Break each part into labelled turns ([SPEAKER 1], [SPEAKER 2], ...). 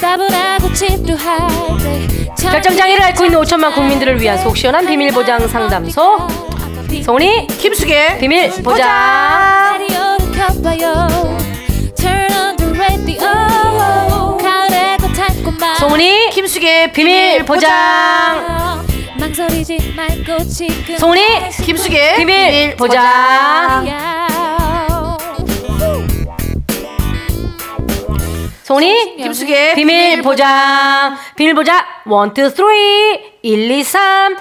[SPEAKER 1] 답답하고 지루할 때
[SPEAKER 2] 결정장애를 앓고 있는 5천만 국민들을 위한 속 시원한 비밀 보장 상담소 송은이
[SPEAKER 3] 깊숙이
[SPEAKER 2] 비밀 보장
[SPEAKER 1] 라디오를 켜봐요 Turn on the radio 가을의 그 달콤한
[SPEAKER 2] 송은이
[SPEAKER 3] 깊숙이
[SPEAKER 2] 비밀 보장
[SPEAKER 1] 망설이지 말고 지금
[SPEAKER 2] 송은이
[SPEAKER 3] 깊숙이
[SPEAKER 2] 비밀 보장
[SPEAKER 1] 야.
[SPEAKER 2] 송은이
[SPEAKER 3] 깊숙이
[SPEAKER 2] 비밀 보장 비밀 보장 1, 2, 3 1, 2, 3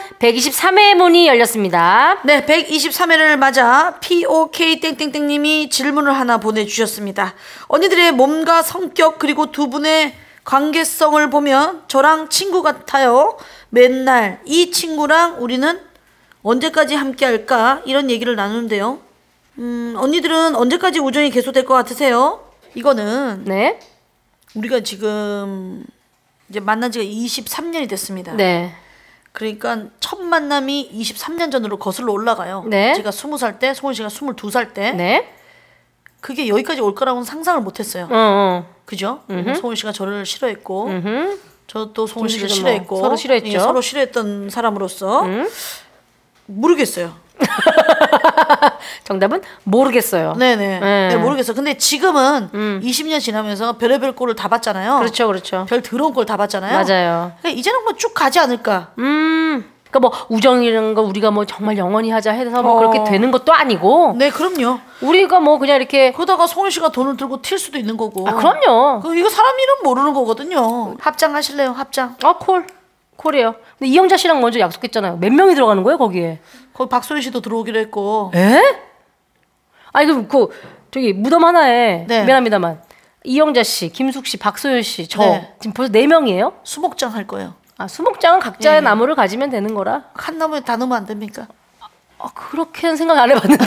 [SPEAKER 2] 123회 문이 열렸습니다
[SPEAKER 3] 네, 123회를 맞아 POK 땡땡땡님이 질문을 하나 보내주셨습니다. 언니들의 몸과 성격 그리고 두 분의 관계성을 보면 저랑 친구 같아요. 맨날 이 친구랑 우리는 언제까지 함께할까 이런 얘기를 나누는데요. 음, 언니들은 언제까지 우정이 계속될 것 같으세요? 이거는
[SPEAKER 2] 네
[SPEAKER 3] 우리가 지금 이제 만난 지가 23년이 됐습니다.
[SPEAKER 2] 네.
[SPEAKER 3] 그러니까 첫 만남이 23년 전으로 거슬러 올라가요.
[SPEAKER 2] 네.
[SPEAKER 3] 제가 20살 때, 송은 씨가 22살 때.
[SPEAKER 2] 네.
[SPEAKER 3] 그게 여기까지 올 거라고는 상상을 못 했어요.
[SPEAKER 2] 어, 어.
[SPEAKER 3] 그죠? 송은 씨가 저를 싫어했고
[SPEAKER 2] 음.
[SPEAKER 3] 저도 송은 씨를
[SPEAKER 2] 씨도 뭐
[SPEAKER 3] 싫어했고
[SPEAKER 2] 서로 싫어했죠. 음.
[SPEAKER 3] 예, 서로 싫어했던 사람으로서 모르겠어요.
[SPEAKER 2] 정답은 모르겠어요. 네.
[SPEAKER 3] 네네.
[SPEAKER 2] 음.
[SPEAKER 3] 네, 모르겠어요. 근데 지금은 20년 지나면서 별의별 꼴을 다 봤잖아요.
[SPEAKER 2] 그렇죠. 그렇죠.
[SPEAKER 3] 별 더러운 꼴 다 봤잖아요.
[SPEAKER 2] 맞아요.
[SPEAKER 3] 그러니까 이제는 그냥 쭉 가지 않을까.
[SPEAKER 2] 음. 그러니까 뭐 우정이라는 거 우리가 뭐 정말 영원히 하자 해서 뭐
[SPEAKER 3] 어.
[SPEAKER 2] 그렇게 되는 것도 아니고
[SPEAKER 3] 네, 그럼요.
[SPEAKER 2] 우리가 뭐 그냥 이렇게
[SPEAKER 3] 그러다가 송은 씨가 돈을 들고 튈 수도 있는 거고.
[SPEAKER 2] 아, 그럼요.
[SPEAKER 3] 그 이거 사람 이름 모르는 거거든요. 합장하실래요? 합장.
[SPEAKER 2] 아, 콜. 콜이에요. 근데 이영자 씨랑 먼저 약속했잖아요. 몇 명이 들어가는 거예요, 거기에?
[SPEAKER 3] 거기 박소희 씨도 들어오기로 했고.
[SPEAKER 2] 에? 아니 그럼 그 저기 무덤 하나에
[SPEAKER 3] 네.
[SPEAKER 2] 미안합니다만 이영자 씨, 김숙 씨, 박소연 씨, 저
[SPEAKER 3] 네.
[SPEAKER 2] 지금 벌써 네 명이에요?
[SPEAKER 3] 수목장 할 거예요.
[SPEAKER 2] 아, 수목장은 각자의 나무를 가지면 되는 거라.
[SPEAKER 3] 한 나무에 다 넣으면 안 됩니까?
[SPEAKER 2] 아, 그렇게는 생각 안 해봤는데.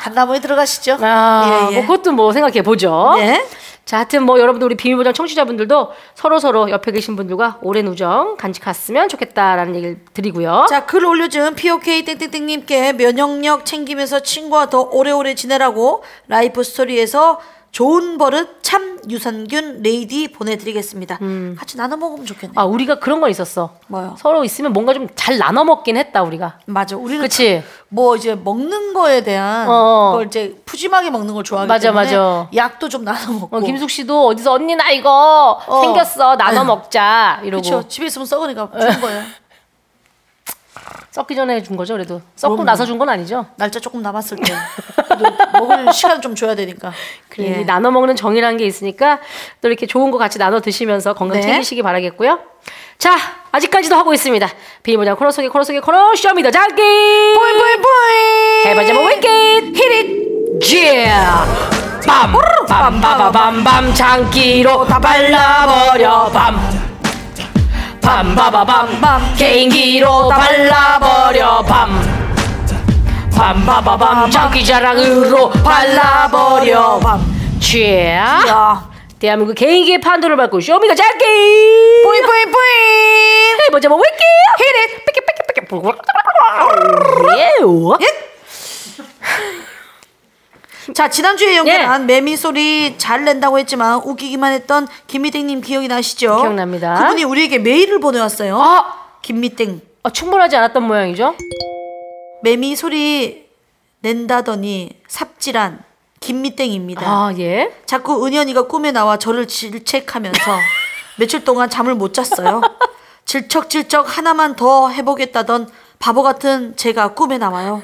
[SPEAKER 3] 한 나무에 들어가시죠.
[SPEAKER 2] 아,
[SPEAKER 3] 예, 예.
[SPEAKER 2] 뭐 그것도 뭐 생각해 보죠.
[SPEAKER 3] 네.
[SPEAKER 2] 자, 하여튼 뭐 여러분들 우리 비밀보장 청취자분들도 서로 서로 옆에 계신 분들과 오랜 우정 간직했으면 좋겠다라는 얘기를 드리고요.
[SPEAKER 3] 자, 글 올려준 POK 땡땡땡님께 면역력 챙기면서 친구와 더 오래오래 지내라고 라이프 스토리에서 좋은 버릇 참 유산균 레이디 보내드리겠습니다. 같이 나눠 먹으면 좋겠네.
[SPEAKER 2] 음. 아, 우리가 그런 건 있었어.
[SPEAKER 3] 뭐요?
[SPEAKER 2] 서로 있으면 뭔가 좀 잘 나눠 먹긴 했다 우리가.
[SPEAKER 3] 맞아. 우리는
[SPEAKER 2] 그치?
[SPEAKER 3] 뭐 이제 먹는 거에 대한
[SPEAKER 2] 어어.
[SPEAKER 3] 걸 이제 푸짐하게 먹는 걸 좋아하기
[SPEAKER 2] 맞아,
[SPEAKER 3] 때문에
[SPEAKER 2] 맞아.
[SPEAKER 3] 약도 좀 나눠 먹고.
[SPEAKER 2] 어, 김숙 씨도 어디서 언니 나 이거
[SPEAKER 3] 뭐. 어.
[SPEAKER 2] 생겼어 나눠 먹자 이러고 어.
[SPEAKER 3] 그렇죠. 집에 있으면 썩으니까 준 거예요.
[SPEAKER 2] 썩기 전에 준 거죠 그래도 썩고
[SPEAKER 3] 그럼요.
[SPEAKER 2] 나서 준 건 아니죠.
[SPEAKER 3] 날짜 조금 남았을 때. 그래도 먹을 시간 좀 줘야 되니까.
[SPEAKER 2] 그래
[SPEAKER 3] 예.
[SPEAKER 2] 이 나눠 먹는 정이라는 게 있으니까 또 이렇게 좋은 거 같이 나눠 드시면서 건강
[SPEAKER 3] 네.
[SPEAKER 2] 챙기시기 바라겠고요. 자 아직까지도 하고 있습니다. 비밀보장 코너 속의 코너 속의 코너 쇼미더 장기
[SPEAKER 3] 뿌잉뿌잉뿌잉.
[SPEAKER 2] 해바자 모을게 히릿 빰빰빰빰빰빰 장기로 다 발라버려 빰 빰바바밤밤 개인기로 다 발라버려 빰 빰바바밤 장기 자랑으로 발라버려 빰 쥐야
[SPEAKER 3] 야.
[SPEAKER 2] 대한민국 개인기의 판도를 밟고 쇼미더 네, 장기
[SPEAKER 3] 뿌잉뿌잉뿌잉.
[SPEAKER 2] 해보자 모을게 히릿 삐끼삐끼삐끼 예우
[SPEAKER 3] 자 지난주에 연결한
[SPEAKER 2] 예.
[SPEAKER 3] 매미 소리 잘 낸다고 했지만 웃기기만 했던 김미땡님 기억이 나시죠?
[SPEAKER 2] 기억납니다.
[SPEAKER 3] 그분이 우리에게 메일을 보내왔어요.
[SPEAKER 2] 아
[SPEAKER 3] 김미땡
[SPEAKER 2] 아, 충분하지 않았던 모양이죠?
[SPEAKER 3] 매미 소리 낸다더니 삽질한 김미땡입니다.
[SPEAKER 2] 아, 예.
[SPEAKER 3] 자꾸 은연이가 꿈에 나와 저를 질책하면서 며칠 동안 잠을 못 잤어요. 질척질척 하나만 더 해보겠다던 바보 같은 제가 꿈에 나와요.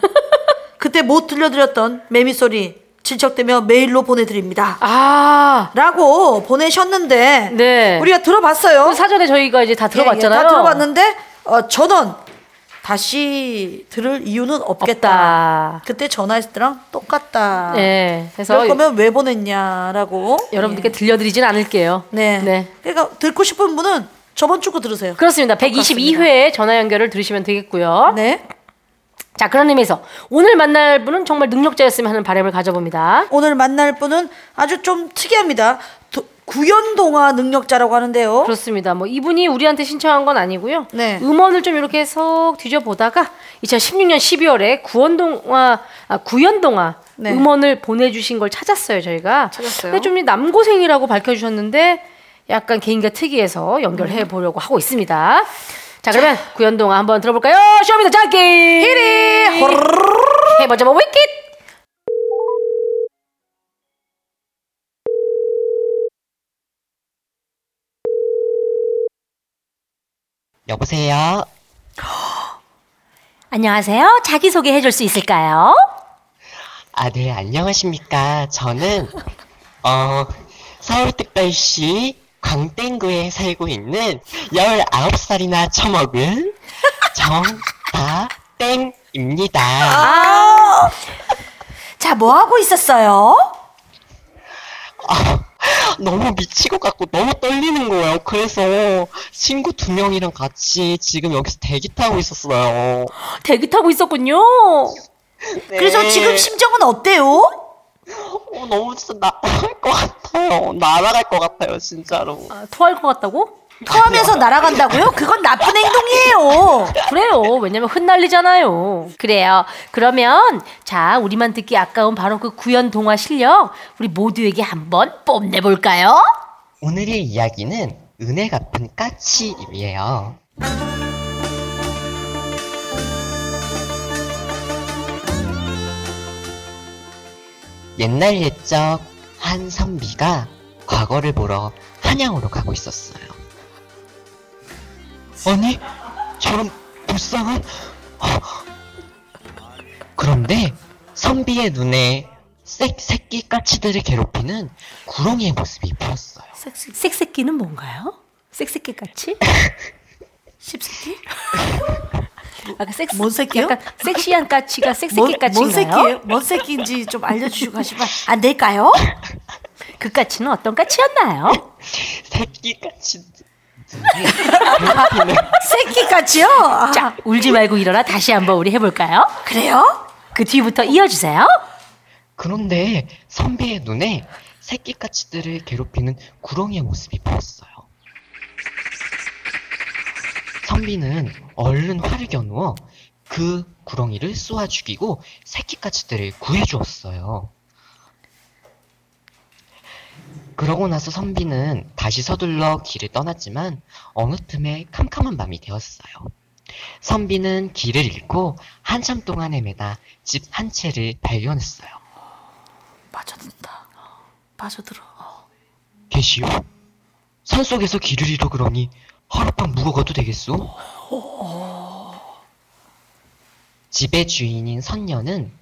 [SPEAKER 3] 그때 못 들려드렸던 매미 소리 질척대며 메일로 보내드립니다.
[SPEAKER 2] 아,
[SPEAKER 3] 라고 보내셨는데
[SPEAKER 2] 네.
[SPEAKER 3] 우리가 들어봤어요.
[SPEAKER 2] 그 사전에 저희가 이제 다 들어봤잖아요.
[SPEAKER 3] 예, 예, 다 들어봤는데 어, 전원 다시 들을 이유는 없겠다.
[SPEAKER 2] 없다.
[SPEAKER 3] 그때 전화했을 때랑 똑같다.
[SPEAKER 2] 예. 그래서
[SPEAKER 3] 그럴 거면 왜 보냈냐라고
[SPEAKER 2] 여러분들께 들려드리진 않을게요.
[SPEAKER 3] 예. 네. 그러니까 듣고 싶은 분은 저번 주 거 들으세요.
[SPEAKER 2] 어, 그렇습니다. 122회 전화 연결을 들으시면 되겠고요.
[SPEAKER 3] 네.
[SPEAKER 2] 자, 그런 의미에서 오늘 만날 분은 정말 능력자였으면 하는 바람을 가져봅니다.
[SPEAKER 3] 오늘 만날 분은 아주 좀 특이합니다. 도- 구연동화 능력자라고 하는데요.
[SPEAKER 2] 그렇습니다. 뭐 이분이 우리한테 신청한 건 아니고요.
[SPEAKER 3] 네.
[SPEAKER 2] 음원을 좀 이렇게 석 뒤져보다가 2016년 12월에 구원동화 아, 구연동화
[SPEAKER 3] 네.
[SPEAKER 2] 음원을 보내주신 걸 찾았어요 저희가.
[SPEAKER 3] 찾았어요.
[SPEAKER 2] 근데 좀 남고생이라고 밝혀주셨는데 약간 개인과 특이해서 연결해 보려고 하고 있습니다. 자 그러면 구현동아 한번 들어볼까요? 쇼미더 장기 히리 해보자 뭐 위킷
[SPEAKER 4] 여보세요?
[SPEAKER 2] 안녕하세요. 자기 소개 해줄 수 있을까요?
[SPEAKER 4] 아, 네, 안녕하십니까. 저는, 어, 서울특별시 광땡구에 살고 있는 19살이나 처먹은 정다땡입니다.
[SPEAKER 3] 아. 자, 뭐 하고 있었어요?
[SPEAKER 4] 너무 미치고 같고 너무 떨리는 거예요. 그래서 친구 두 명이랑 같이 지금 여기서 대기 타고 있었어요.
[SPEAKER 2] 대기 타고 있었군요.
[SPEAKER 3] 그래서
[SPEAKER 4] 네.
[SPEAKER 3] 지금 심정은 어때요?
[SPEAKER 4] 어, 너무 진짜 나갈 것 같아요. 날아갈 것 같아요, 진짜로.
[SPEAKER 2] 아, 토할 것 같다고?
[SPEAKER 3] 토하면서 날아간다고요? 그건 나쁜
[SPEAKER 2] 뭐,
[SPEAKER 3] 행동이에요.
[SPEAKER 2] 그래요. 왜냐면 흩날리잖아요. 그래요. 그러면 자 우리만 듣기 아까운 바로 그 구현 동화 실력 우리 모두에게 한번 뽐내 볼까요?
[SPEAKER 4] 오늘의 이야기는 은혜 같은 까치입이에요. 옛날 옛적 한 선비가 과거를 보러 한양으로 가고 있었어요. 아니, 저런 불쌍한... 그런데 선비의 눈에 새, 새끼 까치들을 괴롭히는 구렁이의 모습이 보였어요.
[SPEAKER 2] 색색끼는 뭔가요? 색색끼 같이? 십색끼? 아까 섹스
[SPEAKER 3] 뭐, 뭔 새끼요?
[SPEAKER 2] 약간 섹시한 까치가
[SPEAKER 3] 뭔,
[SPEAKER 2] 색색끼
[SPEAKER 3] 뭔
[SPEAKER 2] 까치인가요?
[SPEAKER 3] 새끼예요? 뭐 뭔 새끼인지 좀 알려주시고 하시면 안 될까요?
[SPEAKER 2] 그 까치는 어떤 까치였나요?
[SPEAKER 4] 새끼 까치 괴롭히는
[SPEAKER 3] 새끼까지요? 아,
[SPEAKER 2] 자 울지 말고 일어나 다시 한번 우리 해볼까요?
[SPEAKER 3] 그래요?
[SPEAKER 2] 그 뒤부터 이어주세요.
[SPEAKER 4] 그런데 선비의 눈에 새끼 까치들을 괴롭히는 구렁이의 모습이 보였어요. 선비는 얼른 활을 겨누어 그 구렁이를 쏘아 죽이고 새끼 까치들을 구해 주었어요. 그러고 나서 선비는 다시 서둘러 길을 떠났지만 어느 틈에 캄캄한 밤이 되었어요. 선비는 길을 잃고 한참 동안 헤매다 집 한 채를 발견했어요.
[SPEAKER 3] 빠져든다. 빠져들어.
[SPEAKER 4] 계시오? 산속에서 길을 잃어 그러니 하룻밤 묵어가도 되겠소? 집의 주인인 선녀는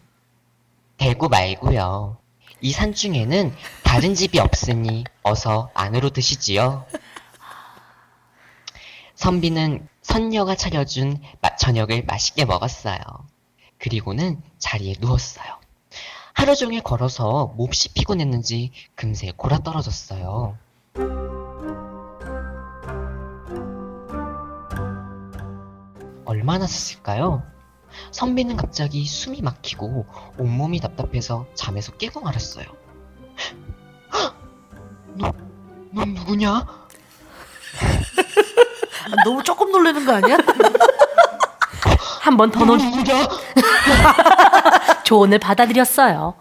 [SPEAKER 4] 대구 말고요. 이 산중에는 다른 집이 없으니 어서 안으로 드시지요. 선비는 선녀가 차려준 마- 저녁을 맛있게 먹었어요. 그리고는 자리에 누웠어요. 하루 종일 걸어서 몹시 피곤했는지 금세 골아 떨어졌어요. 얼마나 썼을까요? 선비는 갑자기 숨이 막히고 온몸이 답답해서 잠에서 깨고 말았어요. 너, 넌 누구냐?
[SPEAKER 3] 아, 너무 조금 놀라는 거 아니야?
[SPEAKER 2] 한 번
[SPEAKER 3] 음.
[SPEAKER 2] 더 놀.
[SPEAKER 4] 넌 누구냐?
[SPEAKER 2] 조언을 받아들였어요.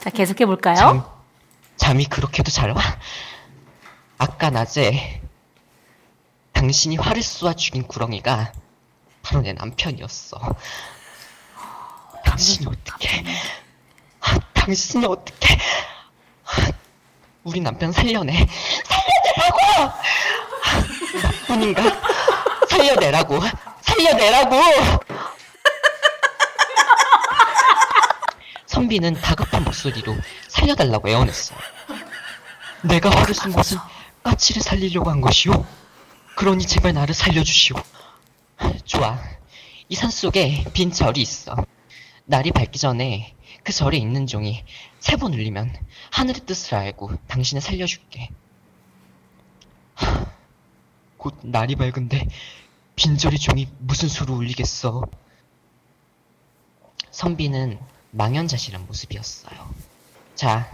[SPEAKER 2] 자, 계속해 볼까요?
[SPEAKER 4] 잠, 잠이 그렇게도 잘 와? 아까 낮에 당신이 화를 쏘아 죽인 구렁이가 바로 내 남편이었어. 당신이 어떻게? 아, 당신이 어떻게? 아, 우리 남편 살려내. 살려내라고! 아, 나뿐인가? 살려내라고. 살려내라고! 선비는 다급한 목소리로 살려달라고 애원했어요. 내가 화를 쓴 것은 까치를 살리려고 한 것이오. 그러니 제발 나를 살려주시오. 좋아. 이 산속에 빈 절이 있어. 날이 밝기 전에 그 절에 있는 종이 세 번 울리면 하늘의 뜻을 알고 당신을 살려줄게. 하, 곧 날이 밝은데 빈절의 종이 무슨 수로 울리겠어. 선비는 망연자실한 모습이었어요. 자,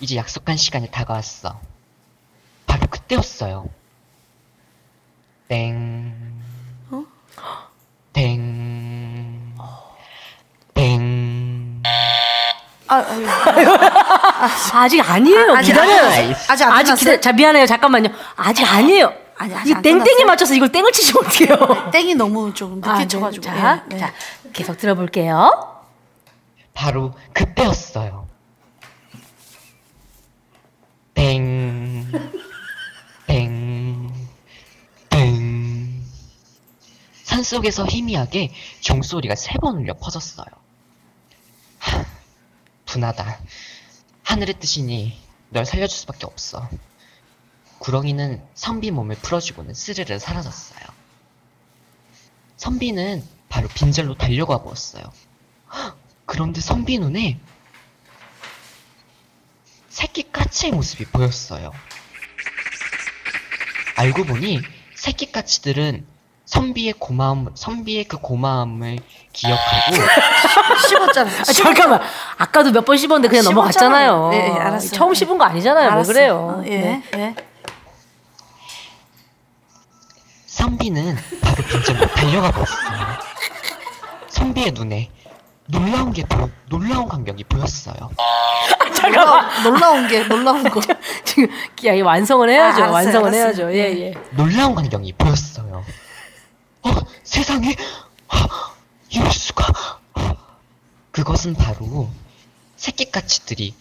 [SPEAKER 4] 이제 약속한 시간이 다가왔어. 바로 그때였어요. 땡. 땡. 땡.
[SPEAKER 3] 아, 아유.
[SPEAKER 2] 아직 아니에요.
[SPEAKER 3] 아, 아직
[SPEAKER 2] 기다려요.
[SPEAKER 3] 안 끝났어요? 아직 안 끝났어요?
[SPEAKER 2] 기다. 자 미안해요. 잠깐만요. 아직 아니에요.
[SPEAKER 3] 아니, 아직
[SPEAKER 2] 이
[SPEAKER 3] 안
[SPEAKER 2] 땡땡이
[SPEAKER 3] 끝났어요? 네,
[SPEAKER 2] 맞춰서 이걸 땡을 치시면 어떡해요?
[SPEAKER 3] 땡이 너무 조금 늦게
[SPEAKER 2] 아, 네.
[SPEAKER 3] 쳐가지고.
[SPEAKER 2] 자,
[SPEAKER 3] 예, 네.
[SPEAKER 2] 자 계속 들어볼게요.
[SPEAKER 4] 바로 그때였어요. 땡, 땡, 땡. 산속에서 희미하게 종소리가 세 번 울려 퍼졌어요. 하, 분하다. 하늘의 뜻이니 널 살려줄 수밖에 없어. 구렁이는 선비 몸을 풀어주고는 스르르 사라졌어요. 선비는 바로 빈절로 달려가 보았어요. 그런데 선비 눈에 새끼 까치의 모습이 보였어요. 알고 보니 새끼 까치들은 선비의 고마움, 선비의 그 고마움을 기억하고
[SPEAKER 3] 씹었잖아요.
[SPEAKER 2] 아, 잠깐만. 아까도 몇 번 씹었는데 그냥
[SPEAKER 3] 씹었잖아요.
[SPEAKER 2] 넘어갔잖아요.
[SPEAKER 3] 네, 네, 알았어요.
[SPEAKER 2] 처음 씹은 거 아니잖아요.
[SPEAKER 3] 알았어.
[SPEAKER 2] 왜 그래요?
[SPEAKER 3] 어, 예,
[SPEAKER 2] 네.
[SPEAKER 3] 예.
[SPEAKER 4] 선비는 바로 빈점으로 달려가 보았어요. 선비의 눈에 놀라운 게 보, 놀라운 광경이 보였어요.
[SPEAKER 3] 어, 놀라, 놀라운 게 놀라운 거.
[SPEAKER 2] 지금 야, 이 완성을 해야죠.
[SPEAKER 3] 아, 알았어요,
[SPEAKER 2] 완성을
[SPEAKER 3] 알았어요.
[SPEAKER 2] 해야죠. 예, 예.
[SPEAKER 4] 놀라운 광경이 보였어요. 어, 세상에! 아, 이럴 수가! 그것은 바로 새끼까치들이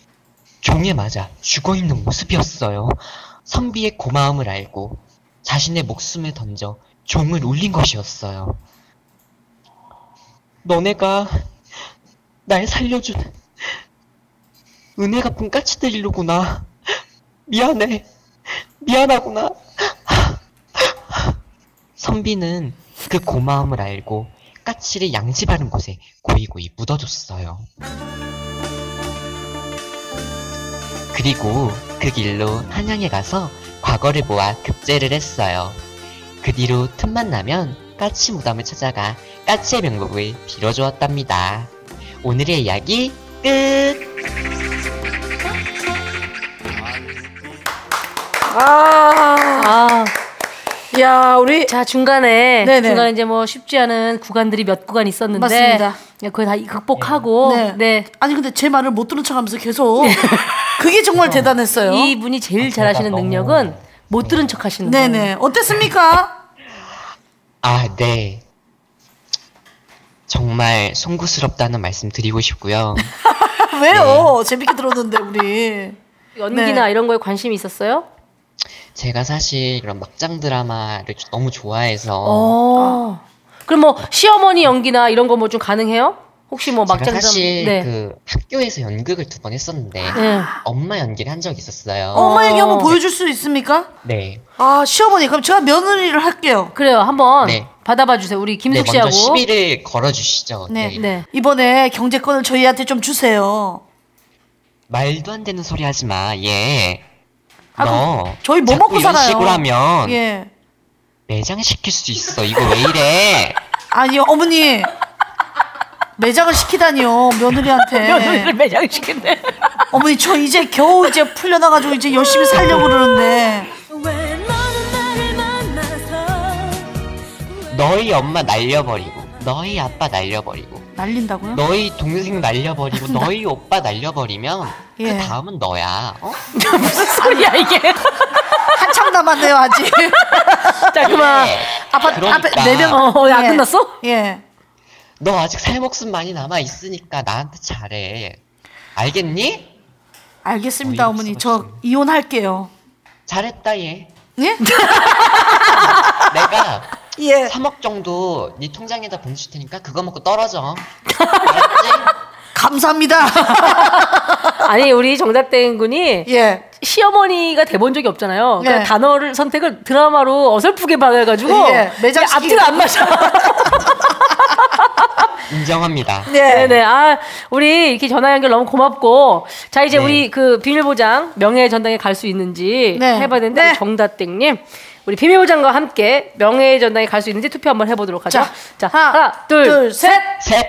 [SPEAKER 4] 종에 맞아 죽어 있는 모습이었어요. 선비의 고마움을 알고 자신의 목숨을 던져 종을 울린 것이었어요. 너네가 날 살려준 은혜 갚은 까치들이로구나. 미안해. 미안하구나. 선비는 그 고마움을 알고 까치를 양지 바른 곳에 고이고이 묻어줬어요. 그리고 그 길로 한양에 가서 과거를 모아 급제를 했어요. 그 뒤로 틈만 나면 까치 무덤을 찾아가 까치의 명복을 빌어주었답니다. 오늘의 이야기 끝!
[SPEAKER 3] 아,
[SPEAKER 2] 아,
[SPEAKER 3] 야 우리
[SPEAKER 2] 자 중간에
[SPEAKER 3] 네네.
[SPEAKER 2] 중간에 이제 뭐 쉽지 않은 구간들이 몇 구간 있었는데 예,
[SPEAKER 3] 맞습니다.
[SPEAKER 2] 그걸 다 극복하고
[SPEAKER 3] 네.
[SPEAKER 2] 네.
[SPEAKER 3] 아니 근데 제 말을 못 들은 척하면서 계속 그게 정말 대단했어요.
[SPEAKER 2] 이분이 제일 잘하시는
[SPEAKER 4] 아, 너무- 네.
[SPEAKER 2] 능력은 못 들은 척 하시는 거예요.
[SPEAKER 3] 네네 어땠습니까?
[SPEAKER 4] 아, 네. 정말 송구스럽다는 말씀 드리고 싶고요.
[SPEAKER 3] 왜요? 재밌게 들었는데 우리.
[SPEAKER 2] 연기나
[SPEAKER 3] 네.
[SPEAKER 2] 이런 거에 관심이 있었어요?
[SPEAKER 4] 제가 사실 그런 막장 드라마를 너무 좋아해서
[SPEAKER 2] 어. 그럼 뭐 시어머니 연기나 이런 거 뭐 좀 가능해요? 혹시 뭐
[SPEAKER 4] 제가
[SPEAKER 2] 막장
[SPEAKER 4] 사실
[SPEAKER 2] 네.
[SPEAKER 4] 그 학교에서 연극을 두 번 했었는데
[SPEAKER 2] 네.
[SPEAKER 4] 엄마 연기를 한 적이 있었어요.
[SPEAKER 3] 엄마 얘기 한번 보여줄 수 있습니까?
[SPEAKER 4] 네.
[SPEAKER 3] 아 시어머니 그럼 제가 며느리를 할게요.
[SPEAKER 2] 그래요. 한번
[SPEAKER 4] 네.
[SPEAKER 2] 받아봐 주세요. 우리
[SPEAKER 4] 네,
[SPEAKER 2] 김숙
[SPEAKER 4] 먼저
[SPEAKER 2] 씨하고
[SPEAKER 4] 시비를 걸어주시죠.
[SPEAKER 3] 네.
[SPEAKER 4] 네.
[SPEAKER 2] 네.
[SPEAKER 3] 이번에 경제권을 저희한테 좀 주세요.
[SPEAKER 4] 말도 안 되는 소리 하지 마. 예. 너
[SPEAKER 3] 저희 뭐
[SPEAKER 4] 자꾸
[SPEAKER 3] 먹고
[SPEAKER 4] 이런
[SPEAKER 3] 살아요?
[SPEAKER 4] 식으로 하면
[SPEAKER 3] 예.
[SPEAKER 4] 매장시킬 수 있어. 이거 왜 이래?
[SPEAKER 3] 아니요 어머니 매장을 시키다니요 며느리한테.
[SPEAKER 2] 며느리를 매장시킨대.
[SPEAKER 3] 어머니 저 이제 겨우 이제 풀려나가지고 이제 열심히 살려고 그러는데
[SPEAKER 1] 왜 너는 나를 만나서
[SPEAKER 4] 너희 엄마 날려버리고 너희 아빠 날려버리고
[SPEAKER 3] 어? 날린다고요?
[SPEAKER 4] 너희 동생 날려버리고 너희 오빠 날려버리면
[SPEAKER 3] 예.
[SPEAKER 4] 그 다음은 너야. 어?
[SPEAKER 2] 무슨 소리야 이게?
[SPEAKER 3] 한참 남았네요 아직.
[SPEAKER 2] 자 그만.
[SPEAKER 4] 예.
[SPEAKER 3] 아빠
[SPEAKER 4] 그러니까.
[SPEAKER 3] 앞에 네 명.
[SPEAKER 2] 어, 야
[SPEAKER 3] 예.
[SPEAKER 2] 끝났어?
[SPEAKER 3] 예.
[SPEAKER 4] 너 아직 살 목숨 많이 남아 있으니까 나한테 잘해. 알겠니?
[SPEAKER 3] 알겠습니다
[SPEAKER 4] 어이없어,
[SPEAKER 3] 어머니 저
[SPEAKER 4] 지금.
[SPEAKER 3] 이혼할게요.
[SPEAKER 4] 잘했다 얘.
[SPEAKER 3] 예?
[SPEAKER 4] 내가
[SPEAKER 3] 예.
[SPEAKER 4] 3억 정도 네 통장에다 보내줄 테니까 그거 먹고 떨어져. 알았지?
[SPEAKER 3] 감사합니다.
[SPEAKER 2] 아니 우리 정답된 군이
[SPEAKER 3] 예.
[SPEAKER 2] 시어머니가 돼본 적이 없잖아요. 그러니까
[SPEAKER 3] 네.
[SPEAKER 2] 단어를 선택을 드라마로 어설프게 받아가지고
[SPEAKER 3] 예, 매장 시키기-
[SPEAKER 2] 앞뒤가 안 맞아.
[SPEAKER 4] 인정합니다.
[SPEAKER 2] 네. 네 아, 우리 이렇게 전화 연결 너무 고맙고 자 이제
[SPEAKER 4] 네.
[SPEAKER 2] 우리 그 비밀보장 명예 전당에 갈 수 있는지
[SPEAKER 3] 네.
[SPEAKER 2] 해봐야 되는데
[SPEAKER 3] 네.
[SPEAKER 2] 우리 정다땡님 우리 비밀보장과 함께 명예 전당에 갈 수 있는지 투표 한번 해보도록 하죠.
[SPEAKER 3] 자,
[SPEAKER 2] 자,
[SPEAKER 3] 하나,
[SPEAKER 2] 하나, 둘,
[SPEAKER 3] 둘,
[SPEAKER 2] 셋.
[SPEAKER 4] 셋.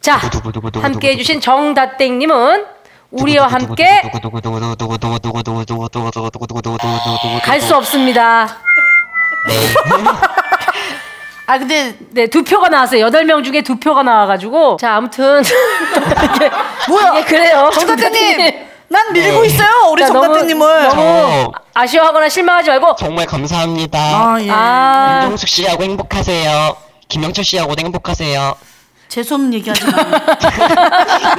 [SPEAKER 2] 자,
[SPEAKER 4] 두구두구두구두구두구.
[SPEAKER 2] 함께 해주신 정다땡님은 우리와 함께
[SPEAKER 4] 두구두구두구두구두구두구두구두구두구두구두구두구두구두구두구두구두구.
[SPEAKER 2] 갈 수 없습니다.
[SPEAKER 4] 네.
[SPEAKER 2] 아 근데 네 두 표가 나왔어요. 여덟 명 중에 두 표가 나와가지고 자 아무튼 이게,
[SPEAKER 3] 뭐야?
[SPEAKER 2] 이게 그래요.
[SPEAKER 3] 정답대님, 난 밀고
[SPEAKER 4] 네.
[SPEAKER 3] 있어요. 우리
[SPEAKER 2] 자, 너무-
[SPEAKER 3] 정답대님을.
[SPEAKER 2] 너무
[SPEAKER 4] 어.
[SPEAKER 2] 아쉬워하거나 실망하지 말고
[SPEAKER 4] 정말 감사합니다.
[SPEAKER 3] 아 예.
[SPEAKER 2] 아
[SPEAKER 4] 김동숙 씨하고 행복하세요. 김영철 씨하고 행복하세요.
[SPEAKER 3] 재수 없는 얘기하지 마.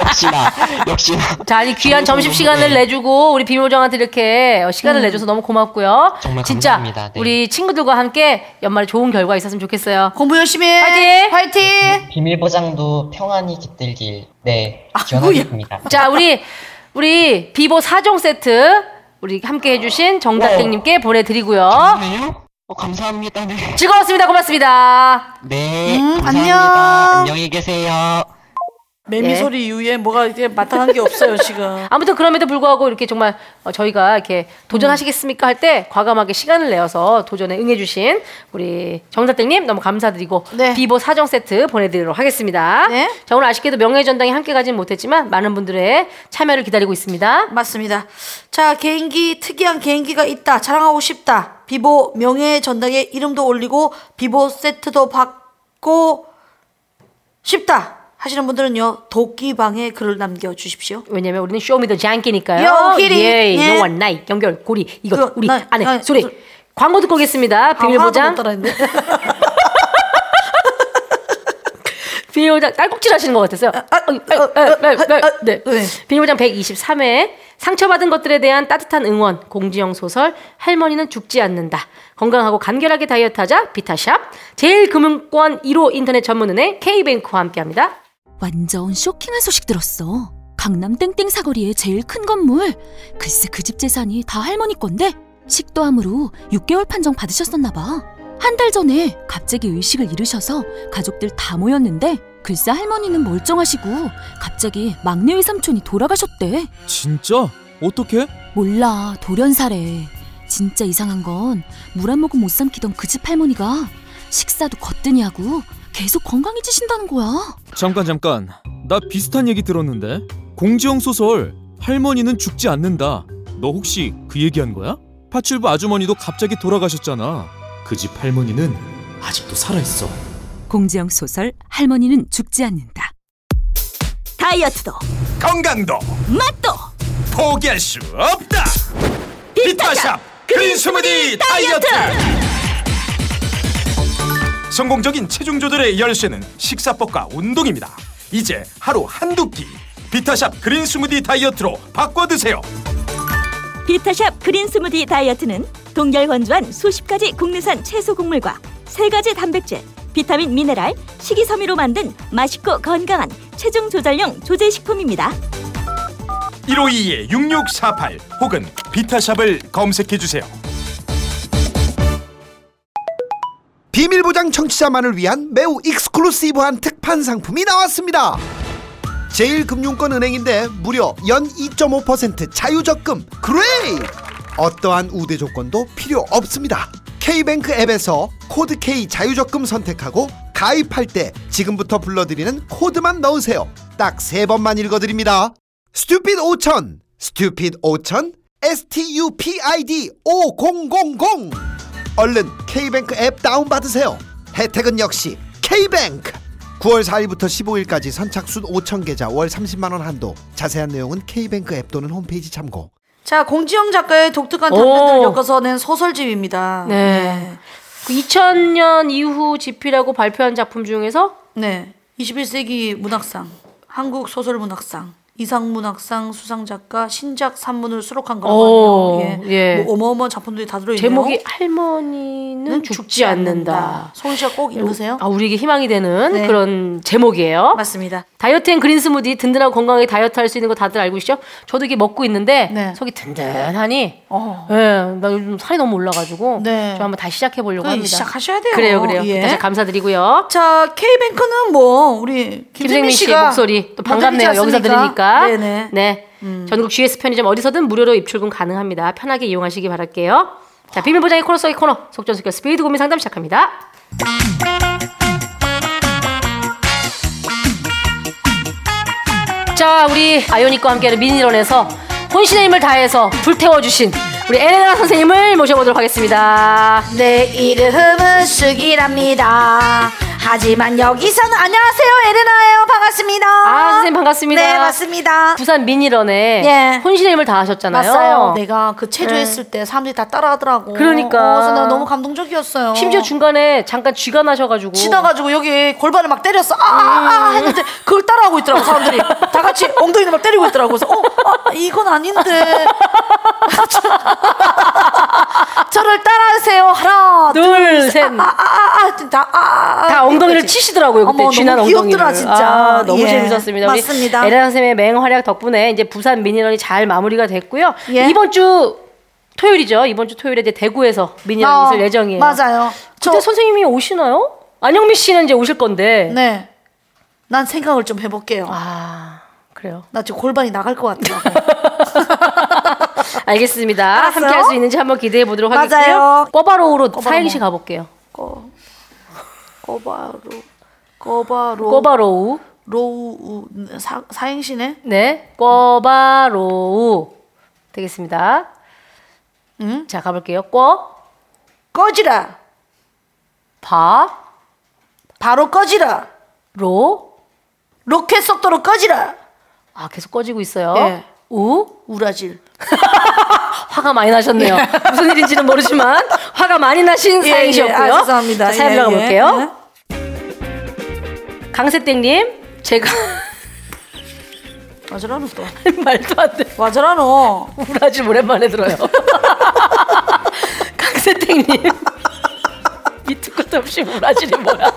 [SPEAKER 4] 역시나 역시나.
[SPEAKER 2] 자, 아니 귀한 점심 시간을
[SPEAKER 4] 네.
[SPEAKER 2] 내주고 우리 비밀정한테 이렇게 어,
[SPEAKER 3] 음.
[SPEAKER 2] 시간을 내줘서 너무 고맙고요.
[SPEAKER 4] 정말
[SPEAKER 2] 진짜
[SPEAKER 4] 감사합니다. 네.
[SPEAKER 2] 우리 친구들과 함께 연말에 좋은 결과 있었으면 좋겠어요.
[SPEAKER 3] 공부 열심히 해.
[SPEAKER 2] 화이팅!
[SPEAKER 3] 화이팅!
[SPEAKER 4] 비밀 보장도 평안히 깃들길. 네.
[SPEAKER 3] 아,
[SPEAKER 4] 기원하겠습니다.
[SPEAKER 2] 자, 우리 우리 비보 4종 세트 우리 함께 해주신
[SPEAKER 3] 네.
[SPEAKER 2] 정답객님께 보내드리고요.
[SPEAKER 4] 정말요? 어, 감사합니다. 네.
[SPEAKER 2] 즐거웠습니다. 고맙습니다.
[SPEAKER 4] 네.
[SPEAKER 3] 음, 안녕.
[SPEAKER 4] 감사합니다. 안녕히 계세요.
[SPEAKER 3] 매미
[SPEAKER 2] 예.
[SPEAKER 3] 소리 이후에 뭐가 이게 마땅한 게 없어요 지금.
[SPEAKER 2] 아무튼 그럼에도 불구하고 이렇게 정말 어, 저희가 이렇게 도전하시겠습니까 할 때 과감하게 시간을 내어서 도전에 응해주신 우리 정사땡님 너무 감사드리고
[SPEAKER 3] 네.
[SPEAKER 2] 비보 사정 세트 보내드리도록 하겠습니다.
[SPEAKER 3] 네.
[SPEAKER 2] 자 오늘 아쉽게도 명예 전당에 함께 가지는 못했지만 많은 분들의 참여를 기다리고 있습니다.
[SPEAKER 3] 맞습니다. 자 개인기 특이한 개인기가 있다 자랑하고 싶다 비보 명예 전당에 이름도 올리고 비보 세트도 받고 싶다 하시는 분들은요 도끼방에 글을 남겨주십시오.
[SPEAKER 2] 왜냐면 우리는 쇼미더 장기니까요.
[SPEAKER 3] 여기리.
[SPEAKER 2] 예,
[SPEAKER 3] 예.
[SPEAKER 2] 영원 나이 연결 고리 이거
[SPEAKER 3] 그거,
[SPEAKER 2] 우리
[SPEAKER 3] 나,
[SPEAKER 2] 안에
[SPEAKER 3] 나,
[SPEAKER 2] 소리
[SPEAKER 3] 소-
[SPEAKER 2] 광고 듣고 오겠습니다. 비밀
[SPEAKER 3] 아, 하나도
[SPEAKER 2] 보장
[SPEAKER 3] 못 따라했네.
[SPEAKER 2] 비밀보장 딸꾹질 하시는 것 같았어요.
[SPEAKER 3] 아,
[SPEAKER 2] 어이, 어이, 어이, 어이, 어이,
[SPEAKER 3] 아,
[SPEAKER 2] 네.
[SPEAKER 3] 네.
[SPEAKER 2] 비밀보장 123회 상처받은 것들에 대한 따뜻한 응원 공지영 소설 할머니는 죽지 않는다 건강하고 간결하게 다이어트하자 비타샵 제일금융권 1호 인터넷 전문은행 K뱅크와 함께합니다.
[SPEAKER 5] 완전 쇼킹한 소식 들었어. 강남 땡땡 사거리의 제일 큰 건물. 글쎄 그 집 재산이 다 할머니 건데 식도암으로 6개월 판정 받으셨었나 봐. 한 달 전에 갑자기 의식을 잃으셔서 가족들 다 모였는데 글쎄 할머니는 멀쩡하시고 갑자기 막내 외삼촌이 돌아가셨대.
[SPEAKER 6] 진짜? 어떻게?
[SPEAKER 5] 몰라 돌연사래. 진짜 이상한 건 물 한 모금 못 삼키던 그 집 할머니가 식사도 거뜬히 하고 계속 건강해지신다는 거야.
[SPEAKER 6] 잠깐 잠깐. 나 비슷한 얘기 들었는데. 공지영 소설 할머니는 죽지 않는다. 너 혹시 그 얘기한 거야? 파출부 아주머니도 갑자기 돌아가셨잖아. 그 집 할머니는 아직도 살아 있어.
[SPEAKER 5] 공지영 소설 할머니는 죽지 않는다. 다이어트도
[SPEAKER 7] 건강도
[SPEAKER 5] 맛도
[SPEAKER 7] 포기할 수 없다. 비타샵 그린 스무디 다이어트. 성공적인 체중 조절의 열쇠는 식사법과 운동입니다. 이제 하루 한두 끼 비타샵 그린 스무디 다이어트로 바꿔 드세요.
[SPEAKER 8] 비타샵 그린 스무디 다이어트는 동결 건조한 수십 가지 국내산 채소 곡물과 세 가지 단백질, 비타민 미네랄, 식이섬유로 만든 맛있고 건강한 체중 조절용 조제 식품입니다.
[SPEAKER 7] 1522에 6648 혹은 비타샵을 검색해 주세요.
[SPEAKER 9] 비밀보장 청취자만을 위한 매우 익스클루시브한 특판 상품이 나왔습니다. 제일금융권 은행인데 무려 연 2.5% 자유적금 그레이! 어떠한 우대 조건도 필요 없습니다. K뱅크 앱에서 코드 K 자유적금 선택하고 가입할 때 지금부터 불러드리는 코드만 넣으세요. 딱 세 번만 읽어드립니다. stupid 5000, stupid 5000, stupid 5000. 얼른 K뱅크 앱 다운 받으세요. 혜택은 역시 K뱅크. 9월 4일부터 15일까지 선착순 5천 계좌 월 30만 원 한도. 자세한 내용은 K뱅크 앱 또는 홈페이지 참고.
[SPEAKER 3] 자 공지영 작가의 독특한
[SPEAKER 2] 오.
[SPEAKER 3] 단면들을 엮어서 낸 소설집입니다.
[SPEAKER 2] 네. 그 2000년 이후 집필하고 발표한 작품 중에서
[SPEAKER 3] 네. 21세기 문학상, 한국 소설 문학상, 이상 문학상 수상 작가 신작 산문을 수록한 거라고
[SPEAKER 2] 오,
[SPEAKER 3] 하네요. 예.
[SPEAKER 2] 예.
[SPEAKER 3] 뭐 어마어마한 작품들이 다 들어 있네요.
[SPEAKER 2] 제목이 할머니는 죽지, 않는다.
[SPEAKER 3] 소은 씨가 꼭 읽으세요.
[SPEAKER 2] 아 우리에게 희망이 되는
[SPEAKER 3] 네.
[SPEAKER 2] 그런 제목이에요.
[SPEAKER 3] 맞습니다.
[SPEAKER 2] 다이어트앤 그린 스무디 든든하고 건강하게 다이어트 할 수 있는 거 다들 알고 계시죠? 저도 이게 먹고 있는데
[SPEAKER 3] 네.
[SPEAKER 2] 속이 든든하니
[SPEAKER 3] 어.
[SPEAKER 2] 예, 나 요즘 살이 너무 올라가지고
[SPEAKER 3] 네.
[SPEAKER 2] 저 한번 다시 시작해 보려고
[SPEAKER 3] 그래,
[SPEAKER 2] 합니다.
[SPEAKER 3] 시작하셔야 돼요.
[SPEAKER 2] 그래요, 그래요.
[SPEAKER 3] 예.
[SPEAKER 2] 다시 감사드리고요.
[SPEAKER 3] 자, K뱅크는 뭐 우리
[SPEAKER 2] 김생민
[SPEAKER 3] 김생민
[SPEAKER 2] 씨의
[SPEAKER 3] 씨가
[SPEAKER 2] 목소리 또 반갑네요.
[SPEAKER 3] 만들지
[SPEAKER 2] 여기서
[SPEAKER 3] 않습니까?
[SPEAKER 2] 들으니까.
[SPEAKER 3] 네네. 음.
[SPEAKER 2] 네. 전국 GS 편의점 어디서든 무료로 입출금 가능합니다. 편하게 이용하시기 바랄게요. 자, 비밀 보장의 코너 속의 코너 속전속결 스피드 고민 상담 시작합니다. 자, 우리 아이오닉과 함께하는 미니런에서 혼신의 힘을 다해서 불태워 주신 우리 엘레나 선생님을 모셔보도록 하겠습니다.
[SPEAKER 3] 내 이름은 숙이랍니다. 하지만 여기서는 안녕하세요 에레나예요 반갑습니다.
[SPEAKER 2] 아, 선생님 반갑습니다.
[SPEAKER 3] 네 맞습니다.
[SPEAKER 2] 부산 미니런에
[SPEAKER 3] 예.
[SPEAKER 2] 혼신의 힘을 다하셨잖아요. 네.
[SPEAKER 3] 맞아요. 내가 그 체조했을 때 사람들이 다 따라하더라고.
[SPEAKER 2] 그러니까.
[SPEAKER 3] 어, 그래서 나 너무 감동적이었어요.
[SPEAKER 2] 심지어 중간에 잠깐 쥐가 나셔가지고
[SPEAKER 3] 지나가지고 여기 골반을 막 때렸어. 아, 아,
[SPEAKER 2] 음.
[SPEAKER 3] 아 했는데 그걸 따라하고 있더라고 사람들이. 다 같이 엉덩이를 막 때리고 있더라고. 그래서 어, 아, 이건 아닌데. 저를 따라하세요. 하나, 둘,
[SPEAKER 2] 둘, 셋.
[SPEAKER 3] 아, 아, 아, 아, 다, 아, 아, 아.
[SPEAKER 2] 다 엉덩이를
[SPEAKER 3] 이거지.
[SPEAKER 2] 치시더라고요 그때
[SPEAKER 3] 어머,
[SPEAKER 2] 쥐난
[SPEAKER 3] 너무
[SPEAKER 2] 엉덩이를.
[SPEAKER 3] 귀엽더라, 진짜.
[SPEAKER 2] 아, 너무
[SPEAKER 3] 예.
[SPEAKER 2] 재밌었습니다.
[SPEAKER 3] 맞습니다.
[SPEAKER 2] 우리 에레나 선생님의 맹활약 덕분에 이제 부산 미니런이 잘 마무리가 됐고요.
[SPEAKER 3] 예.
[SPEAKER 2] 이번 주 토요일이죠. 이번 주 토요일에 이제 대구에서 미니런이
[SPEAKER 3] 아,
[SPEAKER 2] 있을 예정이에요.
[SPEAKER 3] 맞아요. 저,
[SPEAKER 2] 그때 선생님이 오시나요? 안영미 씨는 이제 오실 건데.
[SPEAKER 3] 네. 난 생각을 좀 해볼게요.
[SPEAKER 2] 아 그래요.
[SPEAKER 3] 나 지금 골반이 나갈 것 같더라고.
[SPEAKER 2] 알겠습니다.
[SPEAKER 3] 알았어요?
[SPEAKER 2] 함께 할 수 있는지 한번 기대해 보도록
[SPEAKER 3] 맞아요.
[SPEAKER 2] 하겠고요. 꼬바로우로
[SPEAKER 3] 꼬바로우.
[SPEAKER 2] 사행시 가볼게요.
[SPEAKER 3] 꼬, 꼬바로, 꼬바로,
[SPEAKER 2] 꼬바로우.
[SPEAKER 3] 로우 사, 사행시네.
[SPEAKER 2] 네. 꼬바로우. 되겠습니다. 음, 자, 가볼게요. 꼬,
[SPEAKER 3] 꺼지라.
[SPEAKER 2] 바,
[SPEAKER 3] 바로 꺼지라.
[SPEAKER 2] 로.
[SPEAKER 3] 로켓 속도로 꺼지라.
[SPEAKER 2] 아, 계속 꺼지고 있어요.
[SPEAKER 3] 예.
[SPEAKER 2] 우.
[SPEAKER 3] 우라질.
[SPEAKER 2] 화가 많이 나셨네요. 무슨 일인지는 모르지만 화가 많이 나신
[SPEAKER 3] 예,
[SPEAKER 2] 사행시였고요.
[SPEAKER 3] 예. 아, 죄송합니다.
[SPEAKER 2] 자, 사연
[SPEAKER 3] 예,
[SPEAKER 2] 들어가
[SPEAKER 3] 예.
[SPEAKER 2] 볼게요. 강세땡님, 제가
[SPEAKER 3] 와저라노 또.
[SPEAKER 2] 말도 안 돼.
[SPEAKER 3] 와저라노.
[SPEAKER 2] 우라질 오랜만에 들어요. 강세땡님. 밑도 끝도 없이 우라질이 뭐야?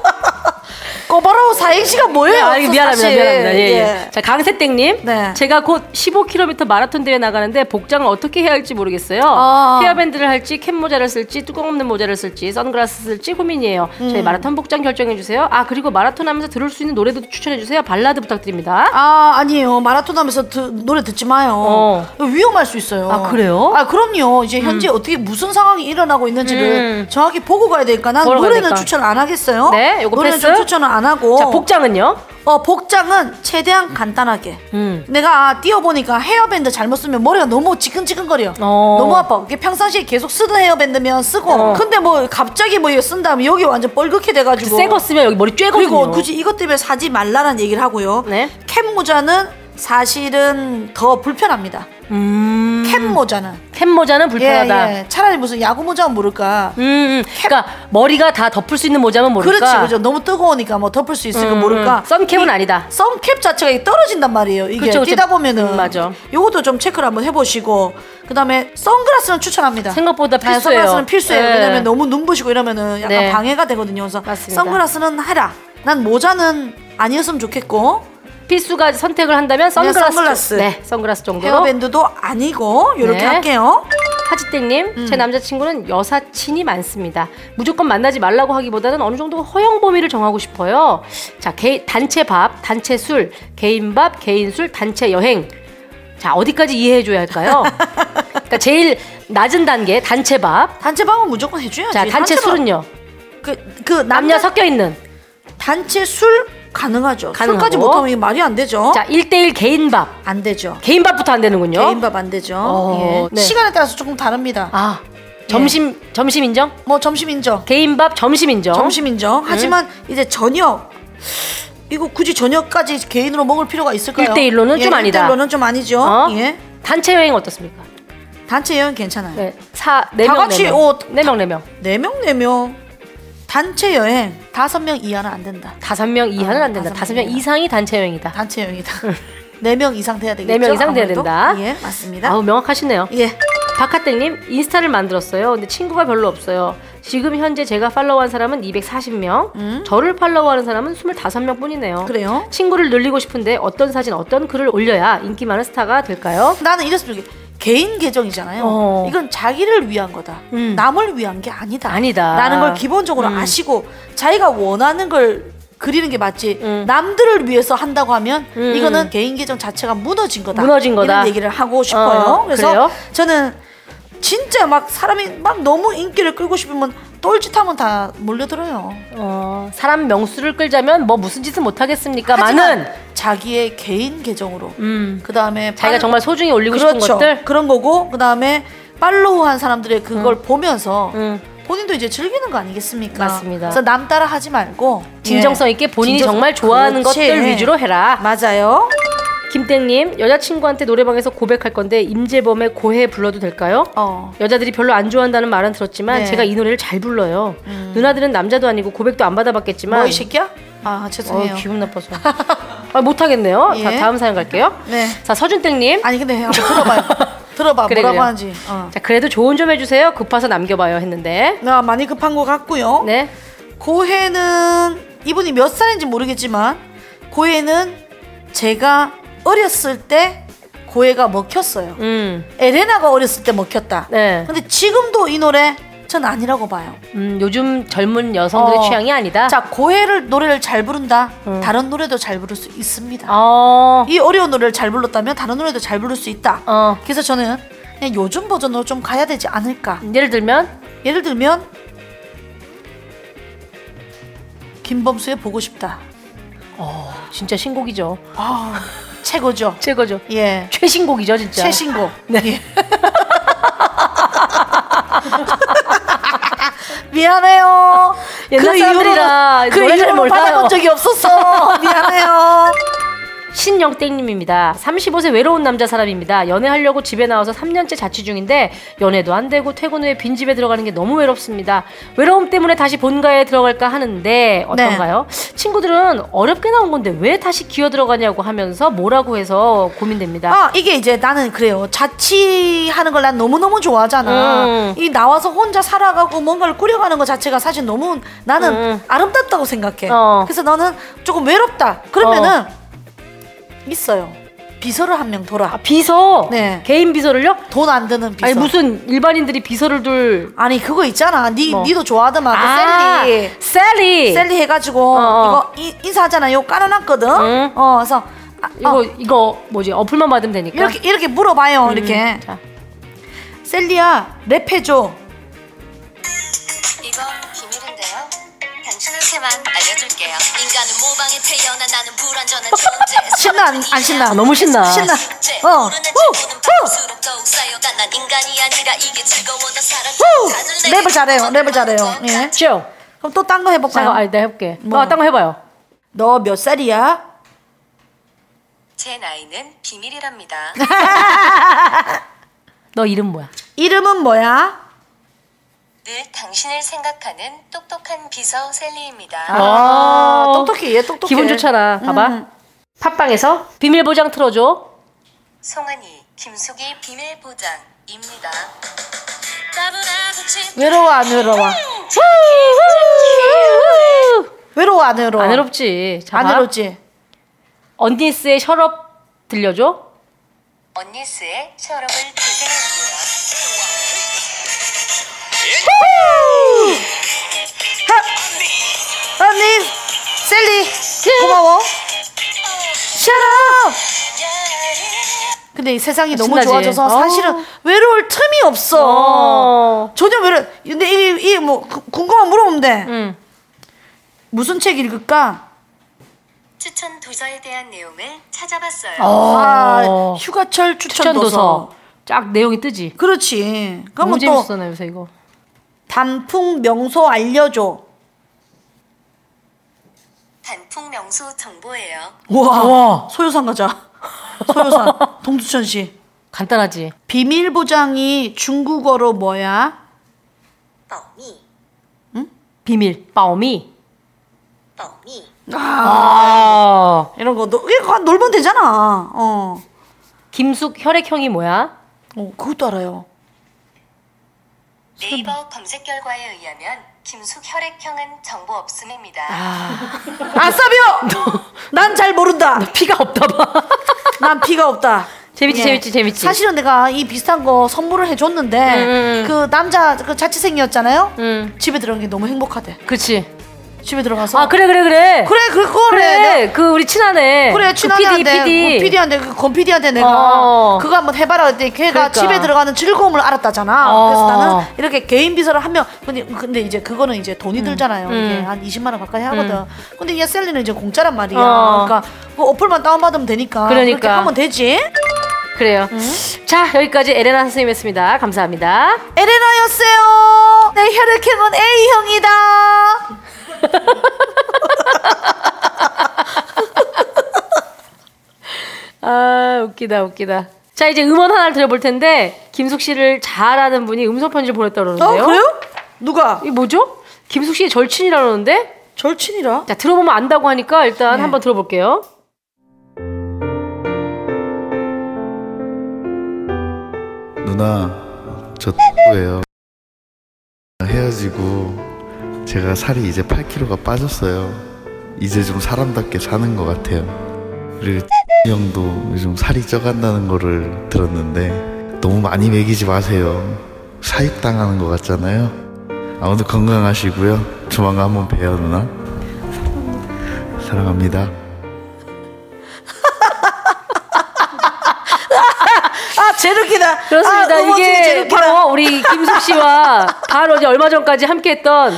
[SPEAKER 3] 꼬바로 사행시가 뭐예요?
[SPEAKER 2] 아, 이게 미안합니다.
[SPEAKER 3] 사실.
[SPEAKER 2] 미안합니다. 예, 예. 자, 강세땡님.
[SPEAKER 3] 네.
[SPEAKER 2] 제가 곧 15km 마라톤 대회 나가는데 복장을 어떻게 해야 할지 모르겠어요.
[SPEAKER 3] 아.
[SPEAKER 2] 헤어밴드를 할지, 캡모자를 쓸지, 뚜껑 없는 모자를 쓸지, 선글라스 쓸지 고민이에요. 저희
[SPEAKER 3] 음.
[SPEAKER 2] 마라톤 복장 결정해주세요. 아, 그리고 마라톤 하면서 들을 수 있는 노래도 추천해주세요. 발라드 부탁드립니다.
[SPEAKER 3] 아 아니에요 마라톤 하면서 드- 노래 듣지 마요
[SPEAKER 2] 어.
[SPEAKER 3] 위험할 수 있어요
[SPEAKER 2] 아, 그래요?
[SPEAKER 3] 아 그럼요 이제 현재 어떻게 무슨 상황이 일어나고 있는지를
[SPEAKER 2] 음.
[SPEAKER 3] 정확히 보고 가야 되니까 난
[SPEAKER 2] 보러 가야
[SPEAKER 3] 노래는
[SPEAKER 2] 되니까.
[SPEAKER 3] 추천 안 하겠어요
[SPEAKER 2] 네, 요거
[SPEAKER 3] 노래는
[SPEAKER 2] 패스.
[SPEAKER 3] 좀 추천은 안 하고
[SPEAKER 2] 자, 복장은요?
[SPEAKER 3] 어, 복장은 최대한 간단하게
[SPEAKER 2] 음.
[SPEAKER 3] 내가 뛰어보니까 헤어밴드 잘못 쓰면 머리가 너무 지끈지끈거려
[SPEAKER 2] 어.
[SPEAKER 3] 너무 아파 이게 평상시에 계속 쓰던 헤어밴드면 쓰고 근데 뭐 갑자기 뭐 이거 쓴 다음에 여기 완전 뻘겋게
[SPEAKER 2] 그
[SPEAKER 3] 돼가지고
[SPEAKER 2] 새 거 쓰면 여기 머리 쬐거든요.
[SPEAKER 3] 그리고 굳이 이것 때문에 사지 말라는 얘기를 하고요.
[SPEAKER 2] 네.
[SPEAKER 3] 캡 모자는 사실은 더 불편합니다.
[SPEAKER 2] 음.
[SPEAKER 3] 캡 모자는
[SPEAKER 2] 캡모자는 불편하다.
[SPEAKER 3] 예, 예. 차라리 무슨 야구 모자면 모를까.
[SPEAKER 2] 음, 음. 그러니까 머리가 다 덮을 수 있는 모자면 모를까.
[SPEAKER 3] 그렇지, 그죠. 너무 뜨거우니까 뭐 덮을 수 있을까
[SPEAKER 2] 음,
[SPEAKER 3] 모를까.
[SPEAKER 2] 음. 선캡은 아니다.
[SPEAKER 3] 선캡 자체가 이게 떨어진단 말이에요. 이게
[SPEAKER 2] 그쵸, 그쵸.
[SPEAKER 3] 뛰다 보면은
[SPEAKER 2] 음, 맞아.
[SPEAKER 3] 요것도 좀 체크를 한번 해보시고 그다음에 선글라스는 추천합니다.
[SPEAKER 2] 생각보다
[SPEAKER 3] 아,
[SPEAKER 2] 필수예요.
[SPEAKER 3] 선글라스는 필수예요.
[SPEAKER 2] 예.
[SPEAKER 3] 왜냐면 너무 눈부시고 이러면은 약간
[SPEAKER 2] 네.
[SPEAKER 3] 방해가 되거든요. 그래서
[SPEAKER 2] 맞습니다.
[SPEAKER 3] 선글라스는 하라. 난 모자는 아니었으면 좋겠고
[SPEAKER 2] 필수가 선택을 한다면
[SPEAKER 3] 그냥
[SPEAKER 2] 선글라스.
[SPEAKER 3] 선글라스.
[SPEAKER 2] 네, 선글라스 정도로.
[SPEAKER 3] 헤어밴드도 아니고 이렇게
[SPEAKER 2] 네.
[SPEAKER 3] 할게요.
[SPEAKER 2] 하지땡님,
[SPEAKER 3] 음.
[SPEAKER 2] 제 남자친구는 여사친이 많습니다. 무조건 만나지 말라고 하기보다는 어느 정도 허용 범위를 정하고 싶어요. 자, 개, 단체 밥, 단체 술, 개인 밥, 개인 술, 단체 여행. 자, 어디까지 이해해줘야 할까요? 그러니까 제일 낮은 단계 단체 밥.
[SPEAKER 3] 단체 방은 무조건 해줘야지.
[SPEAKER 2] 자, 단체 술은요.
[SPEAKER 3] 그그 남녀
[SPEAKER 2] 남녀 섞여 있는.
[SPEAKER 3] 단체 술 가능하죠.
[SPEAKER 2] 가능하고.
[SPEAKER 3] 술까지 못하면 이게 말이 안 되죠.
[SPEAKER 2] 자, 1대1 개인 밥.
[SPEAKER 3] 안 되죠.
[SPEAKER 2] 개인 밥부터 안 되는군요.
[SPEAKER 3] 어? 개인밥 안 되죠.
[SPEAKER 2] 어,
[SPEAKER 3] 예.
[SPEAKER 2] 네.
[SPEAKER 3] 시간에 따라서 조금 다릅니다.
[SPEAKER 2] 아, 점심 점심 인정?
[SPEAKER 3] 뭐 점심 인정,
[SPEAKER 2] 개인 밥 점심 인정.
[SPEAKER 3] 점심 인정.
[SPEAKER 2] 네.
[SPEAKER 3] 하지만 이제 저녁 이거 굳이 저녁까지 개인으로 먹을 필요가 있을까요?
[SPEAKER 2] 일대일로는
[SPEAKER 3] 예,
[SPEAKER 2] 좀 아니다.
[SPEAKER 3] 일대일로는 좀 아니죠.
[SPEAKER 2] 어?
[SPEAKER 3] 예.
[SPEAKER 2] 단체 여행 어떻습니까?
[SPEAKER 3] 단체 여행 괜찮아요.
[SPEAKER 2] 네. 사, 네
[SPEAKER 3] 다
[SPEAKER 2] 명,
[SPEAKER 3] 같이,
[SPEAKER 2] 네 명.
[SPEAKER 3] 어,
[SPEAKER 2] 네 명, 네 명.
[SPEAKER 3] 네 명 네 명 단체 여행 다섯 명 이하는 안 된다.
[SPEAKER 2] 다섯 명 이하는
[SPEAKER 3] 아,
[SPEAKER 2] 안 된다.
[SPEAKER 3] 다섯
[SPEAKER 2] 다섯
[SPEAKER 3] 명
[SPEAKER 2] 명
[SPEAKER 3] 이하.
[SPEAKER 2] 이상이 단체 여행이다.
[SPEAKER 3] 단체 여행이다. 네 명 이상 돼야 되겠죠.
[SPEAKER 2] 네명 이상 돼야
[SPEAKER 3] 아무래도?
[SPEAKER 2] 된다.
[SPEAKER 3] 예, 맞습니다.
[SPEAKER 2] 아우 명확하시네요.
[SPEAKER 3] 예.
[SPEAKER 2] 박하땡님 인스타를 만들었어요. 근데 친구가 별로 없어요. 지금 현재 제가 팔로우한 사람은 240명, 저를 팔로우하는 사람은 25명뿐이네요.
[SPEAKER 3] 음? 그래요?
[SPEAKER 2] 친구를 늘리고 싶은데 어떤 사진, 어떤 글을 올려야 인기 많은 스타가 될까요?
[SPEAKER 3] 나는 이랬을 때 개인 계정이잖아요.
[SPEAKER 2] 어.
[SPEAKER 3] 이건 자기를 위한 거다.
[SPEAKER 2] 음.
[SPEAKER 3] 남을 위한 게 아니다.
[SPEAKER 2] 아니다. 음.
[SPEAKER 3] 라는 걸 기본적으로 아시고 자기가 원하는 걸 그리는 게 맞지.
[SPEAKER 2] 음.
[SPEAKER 3] 남들을 위해서 한다고 하면
[SPEAKER 2] 음.
[SPEAKER 3] 이거는 개인 계정 자체가 무너진 거다.
[SPEAKER 2] 무너진 거다.
[SPEAKER 3] 이런 얘기를 하고 싶어요.
[SPEAKER 2] 어,
[SPEAKER 3] 그래서
[SPEAKER 2] 그래요?
[SPEAKER 3] 저는 진짜 막 사람이 막 너무 인기를 끌고 싶으면 똘짓하면 다 몰려들어요.
[SPEAKER 2] 어, 사람 명수를 끌자면 뭐 무슨 짓은 못 하겠습니까? 많은
[SPEAKER 3] 자기의 개인 계정으로
[SPEAKER 2] 음.
[SPEAKER 3] 그 다음에
[SPEAKER 2] 자기가 정말 소중히 올리고
[SPEAKER 3] 그렇죠.
[SPEAKER 2] 싶은 것들
[SPEAKER 3] 그런 거고 그 다음에 팔로우한 사람들의 그걸 보면서
[SPEAKER 2] 음.
[SPEAKER 3] 본인도 이제 즐기는 거 아니겠습니까?
[SPEAKER 2] 맞습니다.
[SPEAKER 3] 그래서 남 따라 하지 말고
[SPEAKER 2] 진정성
[SPEAKER 3] 예.
[SPEAKER 2] 있게 본인이
[SPEAKER 3] 진정성-
[SPEAKER 2] 정말 좋아하는
[SPEAKER 3] 그렇지. 예.
[SPEAKER 2] 것들 위주로 해라.
[SPEAKER 3] 맞아요.
[SPEAKER 2] 김땡님 여자친구한테 노래방에서 고백할 건데 임재범의 고해 불러도 될까요?
[SPEAKER 3] 어.
[SPEAKER 2] 여자들이 별로 안 좋아한다는 말은 들었지만
[SPEAKER 3] 네. 음.
[SPEAKER 2] 제가 이 노래를 잘 불러요. 누나들은 남자도 아니고 고백도 안 받아봤겠지만
[SPEAKER 3] 뭐이 새끼야? 아
[SPEAKER 2] 어,
[SPEAKER 3] 죄송해요.
[SPEAKER 2] 기분 나빠서 아, 못하겠네요.
[SPEAKER 3] 예.
[SPEAKER 2] 자, 다음 사연 갈게요.
[SPEAKER 3] 네.
[SPEAKER 2] 자 서준땡님
[SPEAKER 3] 아니 근데 한번 들어봐. 들어봐.
[SPEAKER 2] 그래,
[SPEAKER 3] 뭐라고
[SPEAKER 2] 그래요.
[SPEAKER 3] 하는지. 어.
[SPEAKER 2] 자 그래도 조언 좀 해주세요. 급해서 남겨봐요 했는데
[SPEAKER 3] 나 많이 급한 것 같고요.
[SPEAKER 2] 네
[SPEAKER 3] 고해는 이분이 몇 살인지 모르겠지만 고해는 제가 어렸을 때 고해가 먹혔어요.
[SPEAKER 2] 음.
[SPEAKER 3] 에레나가 어렸을 때 먹혔다.
[SPEAKER 2] 네.
[SPEAKER 3] 근데 지금도 이 노래 전 아니라고 봐요.
[SPEAKER 2] 음, 요즘 젊은 여성들의
[SPEAKER 3] 어.
[SPEAKER 2] 취향이 아니다. 음.
[SPEAKER 3] 자 고해를 노래를 잘 부른다. 다른 노래도 잘 부를 수 있습니다.
[SPEAKER 2] 어,
[SPEAKER 3] 이 어려운 노래를 잘 불렀다면 다른 노래도 잘 부를 수 있다.
[SPEAKER 2] 어.
[SPEAKER 3] 그래서 저는 그냥 요즘 버전으로 좀 가야 되지 않을까.
[SPEAKER 2] 예를 들면
[SPEAKER 3] 예를 들면 김범수의 보고 싶다.
[SPEAKER 2] 진짜 신곡이죠.
[SPEAKER 3] 아 최고죠.
[SPEAKER 2] 최고죠.
[SPEAKER 3] 예.
[SPEAKER 2] 최신곡이죠 진짜.
[SPEAKER 3] 최신곡. 네. 미안해요.
[SPEAKER 2] 옛날 사람들이라
[SPEAKER 3] 그
[SPEAKER 2] 노래 잘
[SPEAKER 3] 이후로
[SPEAKER 2] 몰라요.
[SPEAKER 3] 받아본 적이 없었어. 미안해요.
[SPEAKER 2] 신영땡님입니다. 35세 외로운 남자 사람입니다. 연애하려고 집에 나와서 3년째 자취 중인데 연애도 안 되고 퇴근 후에 빈 집에 들어가는 게 너무 외롭습니다. 외로움 때문에 다시 본가에 들어갈까 하는데 어떤가요?
[SPEAKER 3] 네.
[SPEAKER 2] 친구들은 어렵게 나온 건데 왜 다시 기어 들어가냐고 하면서 뭐라고 해서 고민됩니다.
[SPEAKER 3] 아 이게 이제 나는 그래요. 자취하는 걸 난 너무 너무 좋아하잖아.
[SPEAKER 2] 음.
[SPEAKER 3] 이 나와서 혼자 살아가고 뭔가를 꾸려가는 것 자체가 사실 너무 나는
[SPEAKER 2] 음.
[SPEAKER 3] 아름답다고 생각해.
[SPEAKER 2] 어.
[SPEAKER 3] 그래서 너는 조금 외롭다. 그러면은 있어요. 비서를 한 명 돌아.
[SPEAKER 2] 비서
[SPEAKER 3] 네.
[SPEAKER 2] 개인 비서를요?
[SPEAKER 3] 돈 안 드는 비서.
[SPEAKER 2] 아니 무슨 일반인들이 비서를 둘
[SPEAKER 3] 아니, 그거 있잖아. 니
[SPEAKER 2] 뭐.
[SPEAKER 3] 니도 좋아하더만. 그 셀리.
[SPEAKER 2] 셀리
[SPEAKER 3] 셀리 해가지고
[SPEAKER 2] 어, 어.
[SPEAKER 3] 이거 이- 인사하잖아. 이거 깔아놨거든.
[SPEAKER 2] 응.
[SPEAKER 3] 어, 그래서 아,
[SPEAKER 2] 이거
[SPEAKER 3] 어,
[SPEAKER 2] 이거 뭐지 어플만 받으면 되니까
[SPEAKER 3] 이렇게 이렇게 물어봐요. 이렇게
[SPEAKER 2] 자.
[SPEAKER 3] 셀리야 랩해줘.
[SPEAKER 10] 이건 비밀인데요. 당신한테만 알려줄게요. 인간은 모방에 태어나 나는 불완전한 존재.
[SPEAKER 3] 신나 안, 안 신나?
[SPEAKER 2] 아, 너무 신나.
[SPEAKER 3] 신나.
[SPEAKER 10] 숙제.
[SPEAKER 3] 어.
[SPEAKER 10] 모르는
[SPEAKER 3] 후!
[SPEAKER 10] 친구는
[SPEAKER 3] 후!
[SPEAKER 10] 바꿀수록 더욱 쌓여가 난 인간이 아니라 이게 즐거워 나 사람.
[SPEAKER 3] 후! 랩을 잘해요. 랩을 잘해요. 예.
[SPEAKER 2] 쇼
[SPEAKER 3] 그럼 또 딴 거
[SPEAKER 2] 잠깐 아니
[SPEAKER 3] 해볼까요?
[SPEAKER 2] 내가 해볼게
[SPEAKER 3] 뭐?
[SPEAKER 2] 아, 딴거 해봐요
[SPEAKER 3] 너 몇 살이야?
[SPEAKER 10] 제 나이는 비밀이랍니다.
[SPEAKER 2] 너 이름 뭐야
[SPEAKER 3] 이름은 뭐야?
[SPEAKER 10] 늘 당신을 생각하는 똑똑한 비서 셀리입니다.
[SPEAKER 3] 아, 똑똑해. 얘 똑똑해.
[SPEAKER 2] 아.
[SPEAKER 3] 음.
[SPEAKER 2] 기분 좋잖아 봐봐 팟빵에서 비밀 보장 틀어줘
[SPEAKER 10] 송환이 김숙이 비밀 보장입니다. 따분하고 침.
[SPEAKER 3] 외로워 안 외로워? 외로워 안 외로워?
[SPEAKER 2] 안 외롭지 자,
[SPEAKER 3] 안
[SPEAKER 2] 봐.
[SPEAKER 3] 외롭지?
[SPEAKER 2] 언니스의 셔럽 들려줘
[SPEAKER 10] 언니스의 셔럽을 드세요.
[SPEAKER 3] 아, 언니 셀리 고마워. 샤라. 근데 이 세상이 너무
[SPEAKER 2] 신나지?
[SPEAKER 3] 좋아져서
[SPEAKER 2] 어.
[SPEAKER 3] 사실은 외로울 틈이 없어.
[SPEAKER 2] 어.
[SPEAKER 3] 전혀 외로. 근데 이이뭐 궁금한 물어보면 돼.
[SPEAKER 2] 응.
[SPEAKER 3] 무슨 책 읽을까?
[SPEAKER 10] 추천 도서에 대한 내용을 찾아봤어요.
[SPEAKER 3] 아, 휴가철 추천
[SPEAKER 2] 추천
[SPEAKER 3] 도서.
[SPEAKER 2] 도서 쫙 내용이 뜨지
[SPEAKER 3] 그렇지.
[SPEAKER 2] 너무
[SPEAKER 3] 그러면 또
[SPEAKER 2] 재밌어 나 요새 이거
[SPEAKER 3] 단풍 명소 알려줘.
[SPEAKER 10] 단풍 명소 정보예요.
[SPEAKER 3] 와, 소요산 가자. 소요산 동두천시
[SPEAKER 2] 간단하지
[SPEAKER 3] 비밀 보장이 중국어로 뭐야?
[SPEAKER 10] 뻥이,
[SPEAKER 2] 비밀 빠오미
[SPEAKER 10] 뻥이.
[SPEAKER 2] 아
[SPEAKER 3] 이런 거 너, 이거 놀면 되잖아. 어.
[SPEAKER 2] 김숙 혈액형이 뭐야
[SPEAKER 3] 어, 그것도 알아요.
[SPEAKER 10] 네이버 검색 결과에 의하면 김숙 혈액형은 정보 없음입니다.
[SPEAKER 3] 아싸비오! 난 잘 모른다.
[SPEAKER 2] 피가 없다 봐
[SPEAKER 3] 난 피가 없다.
[SPEAKER 2] 재밌지, 재밌지, 재밌지.
[SPEAKER 3] 네. 사실은 내가 이 비슷한 거 선물을 해줬는데
[SPEAKER 2] 음, 음.
[SPEAKER 3] 그 남자 그 자취생이었잖아요.
[SPEAKER 2] 음.
[SPEAKER 3] 집에 들어간 게 너무 행복하대.
[SPEAKER 2] 그치
[SPEAKER 3] 집에 들어가서
[SPEAKER 2] 아 그래 그래 그래
[SPEAKER 3] 그래 그래 그거래. 내가
[SPEAKER 2] 그래, 그 우리 친하네.
[SPEAKER 3] 그래
[SPEAKER 2] 그
[SPEAKER 3] 친한데
[SPEAKER 2] PD, PD.
[SPEAKER 3] PD한테 그건 PD한테 내가
[SPEAKER 2] 어.
[SPEAKER 3] 그거 한번 해봐라 그랬더니 걔가
[SPEAKER 2] 그러니까.
[SPEAKER 3] 집에 들어가는 즐거움을 알았다잖아
[SPEAKER 2] 어.
[SPEAKER 3] 그래서 나는 이렇게 개인 비서를 하면 근데, 근데 이제 그거는 이제 돈이
[SPEAKER 2] 음.
[SPEAKER 3] 들잖아요 이게 한 20만 원 가까이 하거든 근데 얘 셀리는 이제 공짜란 말이야
[SPEAKER 2] 어.
[SPEAKER 3] 그러니까 그 어플만 다운받으면 되니까
[SPEAKER 2] 그러니까.
[SPEAKER 3] 그렇게 하면 되지
[SPEAKER 2] 그래요. 자, 여기까지 에레나 선생님이었습니다. 감사합니다.
[SPEAKER 3] 에레나였어요. 내 혈액형은 A형이다. 어,
[SPEAKER 2] 아, 웃기다, 웃기다. 자, 이제 음원 하나를 들어볼 텐데, 김숙 씨를 잘 아는 분이 음성편지를 보냈다
[SPEAKER 3] 어
[SPEAKER 2] 그러는데요.
[SPEAKER 3] 그래요? 누가
[SPEAKER 2] 이게 뭐죠? 김숙 씨의 절친이라 그러는데?
[SPEAKER 3] 절친이라?
[SPEAKER 2] 자, 들어보면 안다고 하니까 일단 한번 들어볼게요.
[SPEAKER 11] 누나 저 예요 헤어지고 제가 살이 이제 8kg가 빠졌어요 이제 좀 사람답게 사는 것 같아요 그리고 형도 요즘 살이 쪄간다는 거를 들었는데 너무 많이 먹이지 마세요 사육당하는 것 같잖아요 아무튼 건강하시고요 조만간 한번 봬요 누나 사랑합니다
[SPEAKER 3] 아 제르키다.
[SPEAKER 2] 그렇습니다.
[SPEAKER 3] 아, 음원중에
[SPEAKER 2] 이게
[SPEAKER 3] 제르키다.
[SPEAKER 2] 바로 우리 김숙 씨와 바로 어제 얼마 전까지 함께했던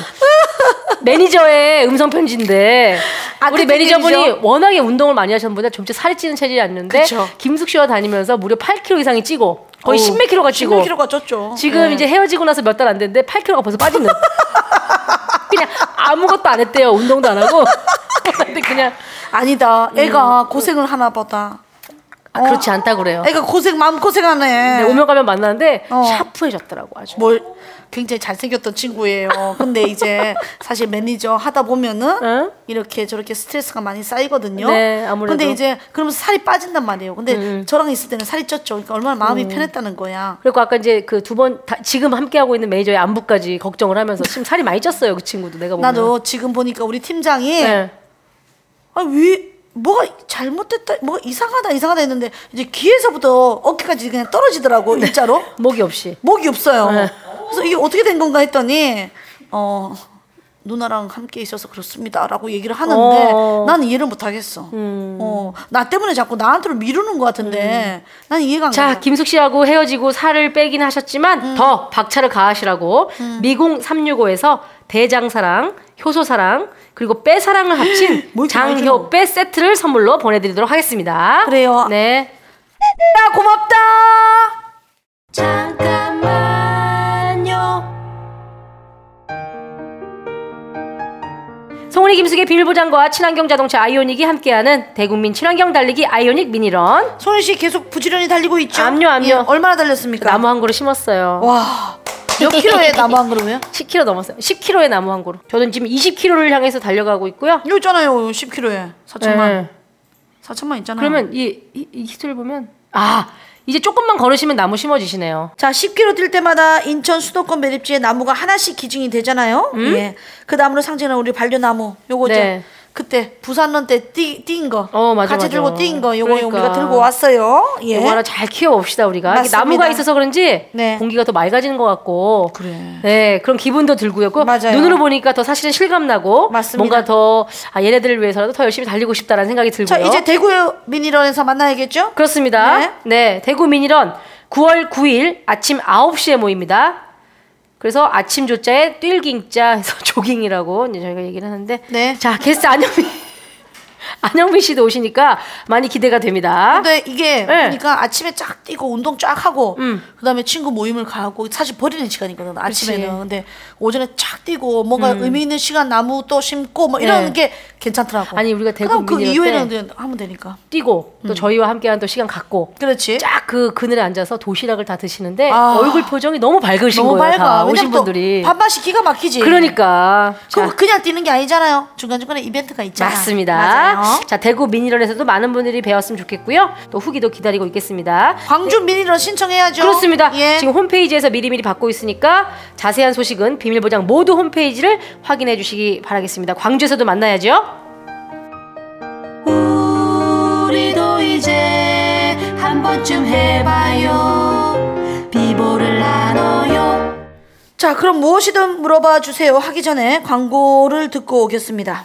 [SPEAKER 2] 매니저의 음성 편지인데 우리
[SPEAKER 3] 아, 그때
[SPEAKER 2] 매니저분이
[SPEAKER 3] 일이죠.
[SPEAKER 2] 워낙에 운동을 많이 하셨던 분이 점차 살이 찌는 체질이 아니었는데
[SPEAKER 3] 그쵸.
[SPEAKER 2] 김숙 씨와 다니면서 무려 8kg 이상이 찌고 거의
[SPEAKER 3] 어우,
[SPEAKER 2] 10몇 킬로가 찌고
[SPEAKER 3] 10kg가 쪘죠. 네.
[SPEAKER 2] 지금 이제 헤어지고 나서 몇 달 안 됐는데 8kg가 벌써 빠지는 그냥 아무것도 안 했대요. 운동도 안 하고 근데 그냥
[SPEAKER 3] 아니다.
[SPEAKER 2] 음.
[SPEAKER 3] 애가 고생을 하나 보다. 어.
[SPEAKER 2] 아, 그렇지 않다고 그래요.
[SPEAKER 3] 애가 고생 마음 고생하네.
[SPEAKER 2] 근데 오면 가면 만나는데
[SPEAKER 3] 어.
[SPEAKER 2] 샤프해졌더라고 아주.
[SPEAKER 3] 뭘 굉장히 잘생겼던 친구예요. 근데 이제 사실 매니저 하다 보면은
[SPEAKER 2] 응?
[SPEAKER 3] 이렇게 저렇게 스트레스가 많이 쌓이거든요.
[SPEAKER 2] 어? 네, 아무래도. 음,
[SPEAKER 3] 근데 이제 그러면서 살이 빠진단 말이에요. 근데 저랑 있을 때는 살이 쪘죠. 그러니까 얼마나 마음이 편했다는 거야.
[SPEAKER 2] 그리고 아까 이제 그 두 번 지금 함께 하고 있는 매니저의 안부까지 걱정을 하면서 지금 살이 많이 쪘어요 그 친구도 내가 보면.
[SPEAKER 3] 나도 지금 보니까 우리 팀장이
[SPEAKER 2] 네.
[SPEAKER 3] 아 왜 뭐가 잘못됐다 뭐가 이상하다 이상하다 했는데 이제 귀에서부터 어깨까지 그냥 떨어지더라고
[SPEAKER 2] 네.
[SPEAKER 3] 일자로
[SPEAKER 2] 목이 없이.
[SPEAKER 3] 목이 없어요.
[SPEAKER 2] 네.
[SPEAKER 3] 그래서 이게 어떻게 된 건가 했더니 어 누나랑 함께 있어서 그렇습니다라고 얘기를 하는데
[SPEAKER 2] 어. 음.
[SPEAKER 3] 나는 이해를 못 하겠어. 어, 나 때문에 자꾸 나한테로 미루는 것 같은데 난 이해가
[SPEAKER 2] 음.
[SPEAKER 3] 안 가.
[SPEAKER 2] 자 김숙 씨하고 헤어지고 살을 빼긴 하셨지만
[SPEAKER 3] 음.
[SPEAKER 2] 더 박차를 가하시라고 미공 365에서 대장사랑, 효소사랑 그리고 빼사랑을 합친
[SPEAKER 3] 뭐 이렇게 많이 주나?
[SPEAKER 2] 장효 빼 세트를 선물로 보내드리도록 하겠습니다.
[SPEAKER 3] 그래요.
[SPEAKER 2] 네.
[SPEAKER 3] 야 고맙다.
[SPEAKER 1] 잠깐만요
[SPEAKER 2] 송은이 김숙의 비밀보장과 친환경 자동차 아이오닉이 함께하는 대국민 친환경 달리기 아이오닉 미니런
[SPEAKER 3] 손희 씨 계속 부지런히 달리고 있죠.
[SPEAKER 2] 암요, 암요.
[SPEAKER 3] 예, 얼마나 달렸습니까?
[SPEAKER 2] 나무 한 그루 심었어요.
[SPEAKER 3] 와. 몇 킬로에 나무 한 그루면?
[SPEAKER 2] 10kg 넘었어요. 10kg의 나무 한 그루. 저는 지금 20kg를 향해서 달려가고 있고요.
[SPEAKER 3] 이거 있잖아요. 10킬로에 4천만.
[SPEAKER 2] 네.
[SPEAKER 3] 4천만 있잖아요.
[SPEAKER 2] 그러면 이, 이, 이 히트를 보면 아 이제 조금만 걸으시면 나무 심어지시네요.
[SPEAKER 3] 자, 10km 뛸 때마다 인천 수도권 매립지에 나무가 하나씩 기증이 되잖아요. 예. 그 나무를 상징하는 우리 반려나무. 요거
[SPEAKER 2] 음? 네.
[SPEAKER 3] 이제 그때 부산론 때뛴 거.
[SPEAKER 2] 어, 맞아,
[SPEAKER 3] 같이
[SPEAKER 2] 맞아.
[SPEAKER 3] 들고 뛴 거. 요거
[SPEAKER 2] 그러니까.
[SPEAKER 3] 우리가 들고 왔어요. 예.
[SPEAKER 2] 이거 하나 잘 키워봅시다 우리가. 이게
[SPEAKER 3] 맞습니다.
[SPEAKER 2] 나무가 있어서 그런지
[SPEAKER 3] 네.
[SPEAKER 2] 공기가 더 맑아지는 것 같고.
[SPEAKER 3] 그래.
[SPEAKER 2] 네 그런 기분도 들고요. 그
[SPEAKER 3] 맞아요.
[SPEAKER 2] 눈으로 보니까 더 사실은 실감 나고
[SPEAKER 3] 맞습니다.
[SPEAKER 2] 뭔가 더 아, 얘네들을 위해서라도 더 열심히 달리고 싶다라는 생각이 들고요.
[SPEAKER 3] 자, 이제 대구 미니런에서 만나야겠죠?
[SPEAKER 2] 그렇습니다.
[SPEAKER 3] 네.
[SPEAKER 2] 네. 대구 미니런 9월 9일 아침 9시에 모입니다. 그래서 아침 조자에 뛸깅자 해서 조깅이라고 이제 저희가 얘기를 하는데
[SPEAKER 3] 네.
[SPEAKER 2] 자, 게스트 안영미 안영미 씨도 오시니까 많이 기대가 됩니다.
[SPEAKER 3] 근데 이게
[SPEAKER 2] 네.
[SPEAKER 3] 그러니까 아침에 쫙 뛰고 운동 쫙 하고
[SPEAKER 2] 음.
[SPEAKER 3] 그다음에 친구 모임을 가고 사실 버리는 시간이거든 아침에는
[SPEAKER 2] 그치. 음.
[SPEAKER 3] 근데 오전에 쫙 뛰고 뭔가 의미 있는 시간 나무 또 심고 뭐 이런
[SPEAKER 2] 네.
[SPEAKER 3] 게 괜찮더라고
[SPEAKER 2] 아니, 우리가 대구
[SPEAKER 3] 그다음 그
[SPEAKER 2] 민이럴
[SPEAKER 3] 이후에는 그냥 하면 되니까
[SPEAKER 2] 뛰고
[SPEAKER 3] 음.
[SPEAKER 2] 또 저희와 함께한 또 시간 갖고
[SPEAKER 3] 그렇지
[SPEAKER 2] 쫙 그 그늘에 앉아서 도시락을 다 드시는데
[SPEAKER 3] 아.
[SPEAKER 2] 얼굴 표정이 너무 밝으신
[SPEAKER 3] 너무
[SPEAKER 2] 거예요. 다
[SPEAKER 3] 밝아
[SPEAKER 2] 오신
[SPEAKER 3] 왜냐면 또
[SPEAKER 2] 분들이.
[SPEAKER 3] 반반씩 기가 막히지
[SPEAKER 2] 그러니까 자.
[SPEAKER 3] 그거 그냥 뛰는 게 아니잖아요 중간중간에 이벤트가 있잖아
[SPEAKER 2] 맞습니다.
[SPEAKER 3] 맞아요.
[SPEAKER 2] 자, 대구 미니런에서도 많은 분들이 배웠으면 좋겠고요. 또 후기도 기다리고 있겠습니다.
[SPEAKER 3] 광주 미니런 신청해야죠
[SPEAKER 2] 그렇습니다.
[SPEAKER 3] 예.
[SPEAKER 2] 지금 홈페이지에서 미리미리 받고 있으니까 자세한 소식은 비밀보장 모두 홈페이지를 확인해 주시기 바라겠습니다. 광주에서도 만나야죠.
[SPEAKER 1] 우리도 이제 한 번쯤 해봐요 비보를 나눠요
[SPEAKER 3] 자, 그럼 무엇이든 물어봐 주세요. 하기 전에 광고를 듣고 오겠습니다.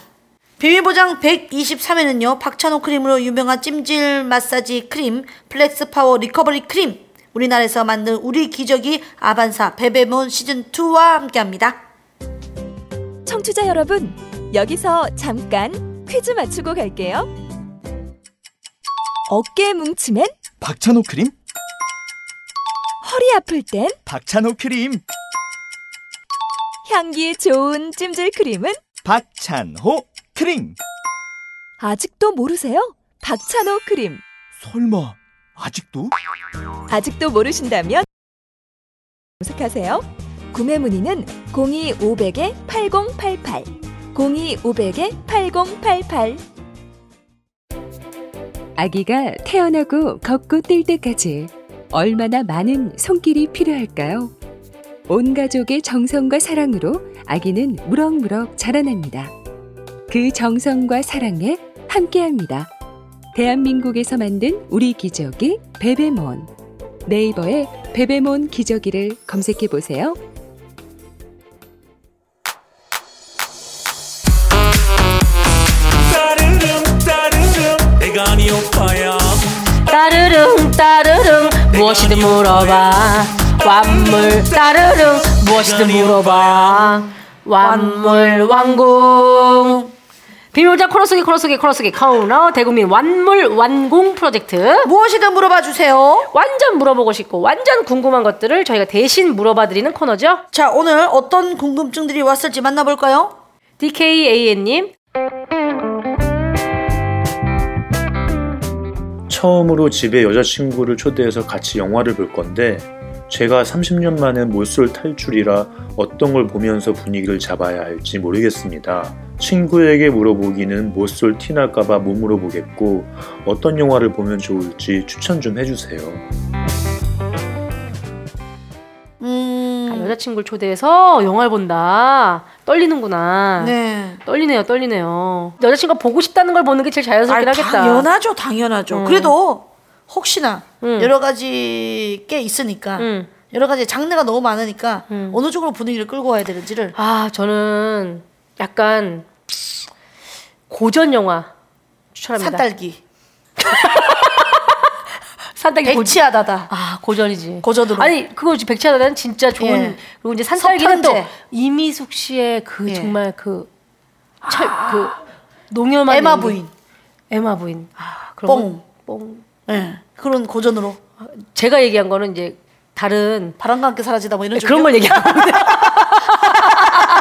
[SPEAKER 3] 비밀보장 123에는요, 박찬호 크림으로 유명한 찜질 마사지 크림, 플렉스 파워 리커버리 크림, 우리나라에서 만든 우리 기적이 아반사 베베몬 시즌2와 함께 합니다.
[SPEAKER 12] 청취자 여러분, 여기서 잠깐 퀴즈 맞추고 갈게요. 어깨 뭉치면
[SPEAKER 13] 박찬호 크림?
[SPEAKER 12] 허리 아플 땐
[SPEAKER 14] 박찬호 크림
[SPEAKER 12] 향기 좋은 찜질 크림은
[SPEAKER 14] 박찬호 크림
[SPEAKER 12] 아직도 모르세요? 박찬호 크림.
[SPEAKER 14] 설마 아직도?
[SPEAKER 12] 아직도 모르신다면 검색하세요. 구매 문의는 02500에 8088 02500에 8088
[SPEAKER 15] 아기가 태어나고 걷고 뛸 때까지 얼마나 많은 손길이 필요할까요? 온 가족의 정성과 사랑으로 아기는 무럭무럭 자라납니다. 그 정성과 사랑에 함께합니다. 대한민국에서 만든 우리 기저귀 베베몬 네이버에 베베몬 기저귀를 검색해 보세요.
[SPEAKER 16] 따르릉 따르릉 내가 아니 오빠야
[SPEAKER 2] 따르릉 따르릉 무엇이든 물어봐 완물 따르릉 무엇이든 물어봐 완물 완공 비밀자 코너 속의 코너 속의 코너 속의 코너 대국민 완물 완공 프로젝트
[SPEAKER 3] 무엇이든 물어봐 주세요
[SPEAKER 2] 완전 물어보고 싶고 완전 궁금한 것들을 저희가 대신 물어봐 드리는 코너죠
[SPEAKER 3] 자 오늘 어떤 궁금증들이 왔을지 만나볼까요?
[SPEAKER 2] DKAN님
[SPEAKER 17] 처음으로 집에 여자친구를 초대해서 같이 영화를 볼 건데 제가 30년 만에 몰수를 탈출이라 어떤 걸 보면서 분위기를 잡아야 할지 모르겠습니다. 친구에게 물어보기는 몰솔 티날까봐 못 물어보겠고 어떤 영화를 보면 좋을지 추천 좀 해주세요.
[SPEAKER 2] 아,
[SPEAKER 3] 네. 음,
[SPEAKER 2] 여자친구를 초대해서 영화를 본다 떨리는구나
[SPEAKER 3] 네.
[SPEAKER 2] 떨리네요 떨리네요 여자친구가 보고 싶다는 걸 보는 게 제일 자연스럽긴
[SPEAKER 3] 아이,
[SPEAKER 2] 하겠다
[SPEAKER 3] 당연하죠, 당연하죠. 그래도 혹시나
[SPEAKER 2] 음.
[SPEAKER 3] 여러 가지 게 있으니까
[SPEAKER 2] 음.
[SPEAKER 3] 여러 가지 장르가 너무 많으니까 어느 쪽으로 분위기를 끌고 와야 되는지를
[SPEAKER 2] 아 저는 약간 고전 영화 추천합니다.
[SPEAKER 3] 산딸기.
[SPEAKER 2] 산딸기
[SPEAKER 3] 백치하다다.
[SPEAKER 2] 아 고전이지.
[SPEAKER 3] 고전으로.
[SPEAKER 2] 아니 그거 이제 백치하다는 진짜 좋은
[SPEAKER 3] 예.
[SPEAKER 2] 그리고 이제 산딸기는
[SPEAKER 3] 서편제.
[SPEAKER 2] 또 이미숙 씨의 그
[SPEAKER 3] 예. 아.
[SPEAKER 2] 정말 그 철, 그 농염한
[SPEAKER 3] 에마
[SPEAKER 2] 연기.
[SPEAKER 3] 부인.
[SPEAKER 2] 에마 부인. 아, 그런
[SPEAKER 3] 뽕.
[SPEAKER 2] 뽕.
[SPEAKER 3] 예. 그런 고전으로.
[SPEAKER 2] 제가 얘기한 거는 이제 다른
[SPEAKER 3] 바람과 함께 사라지다 뭐 이런
[SPEAKER 2] 네, 그런 걸 얘기하는 건데.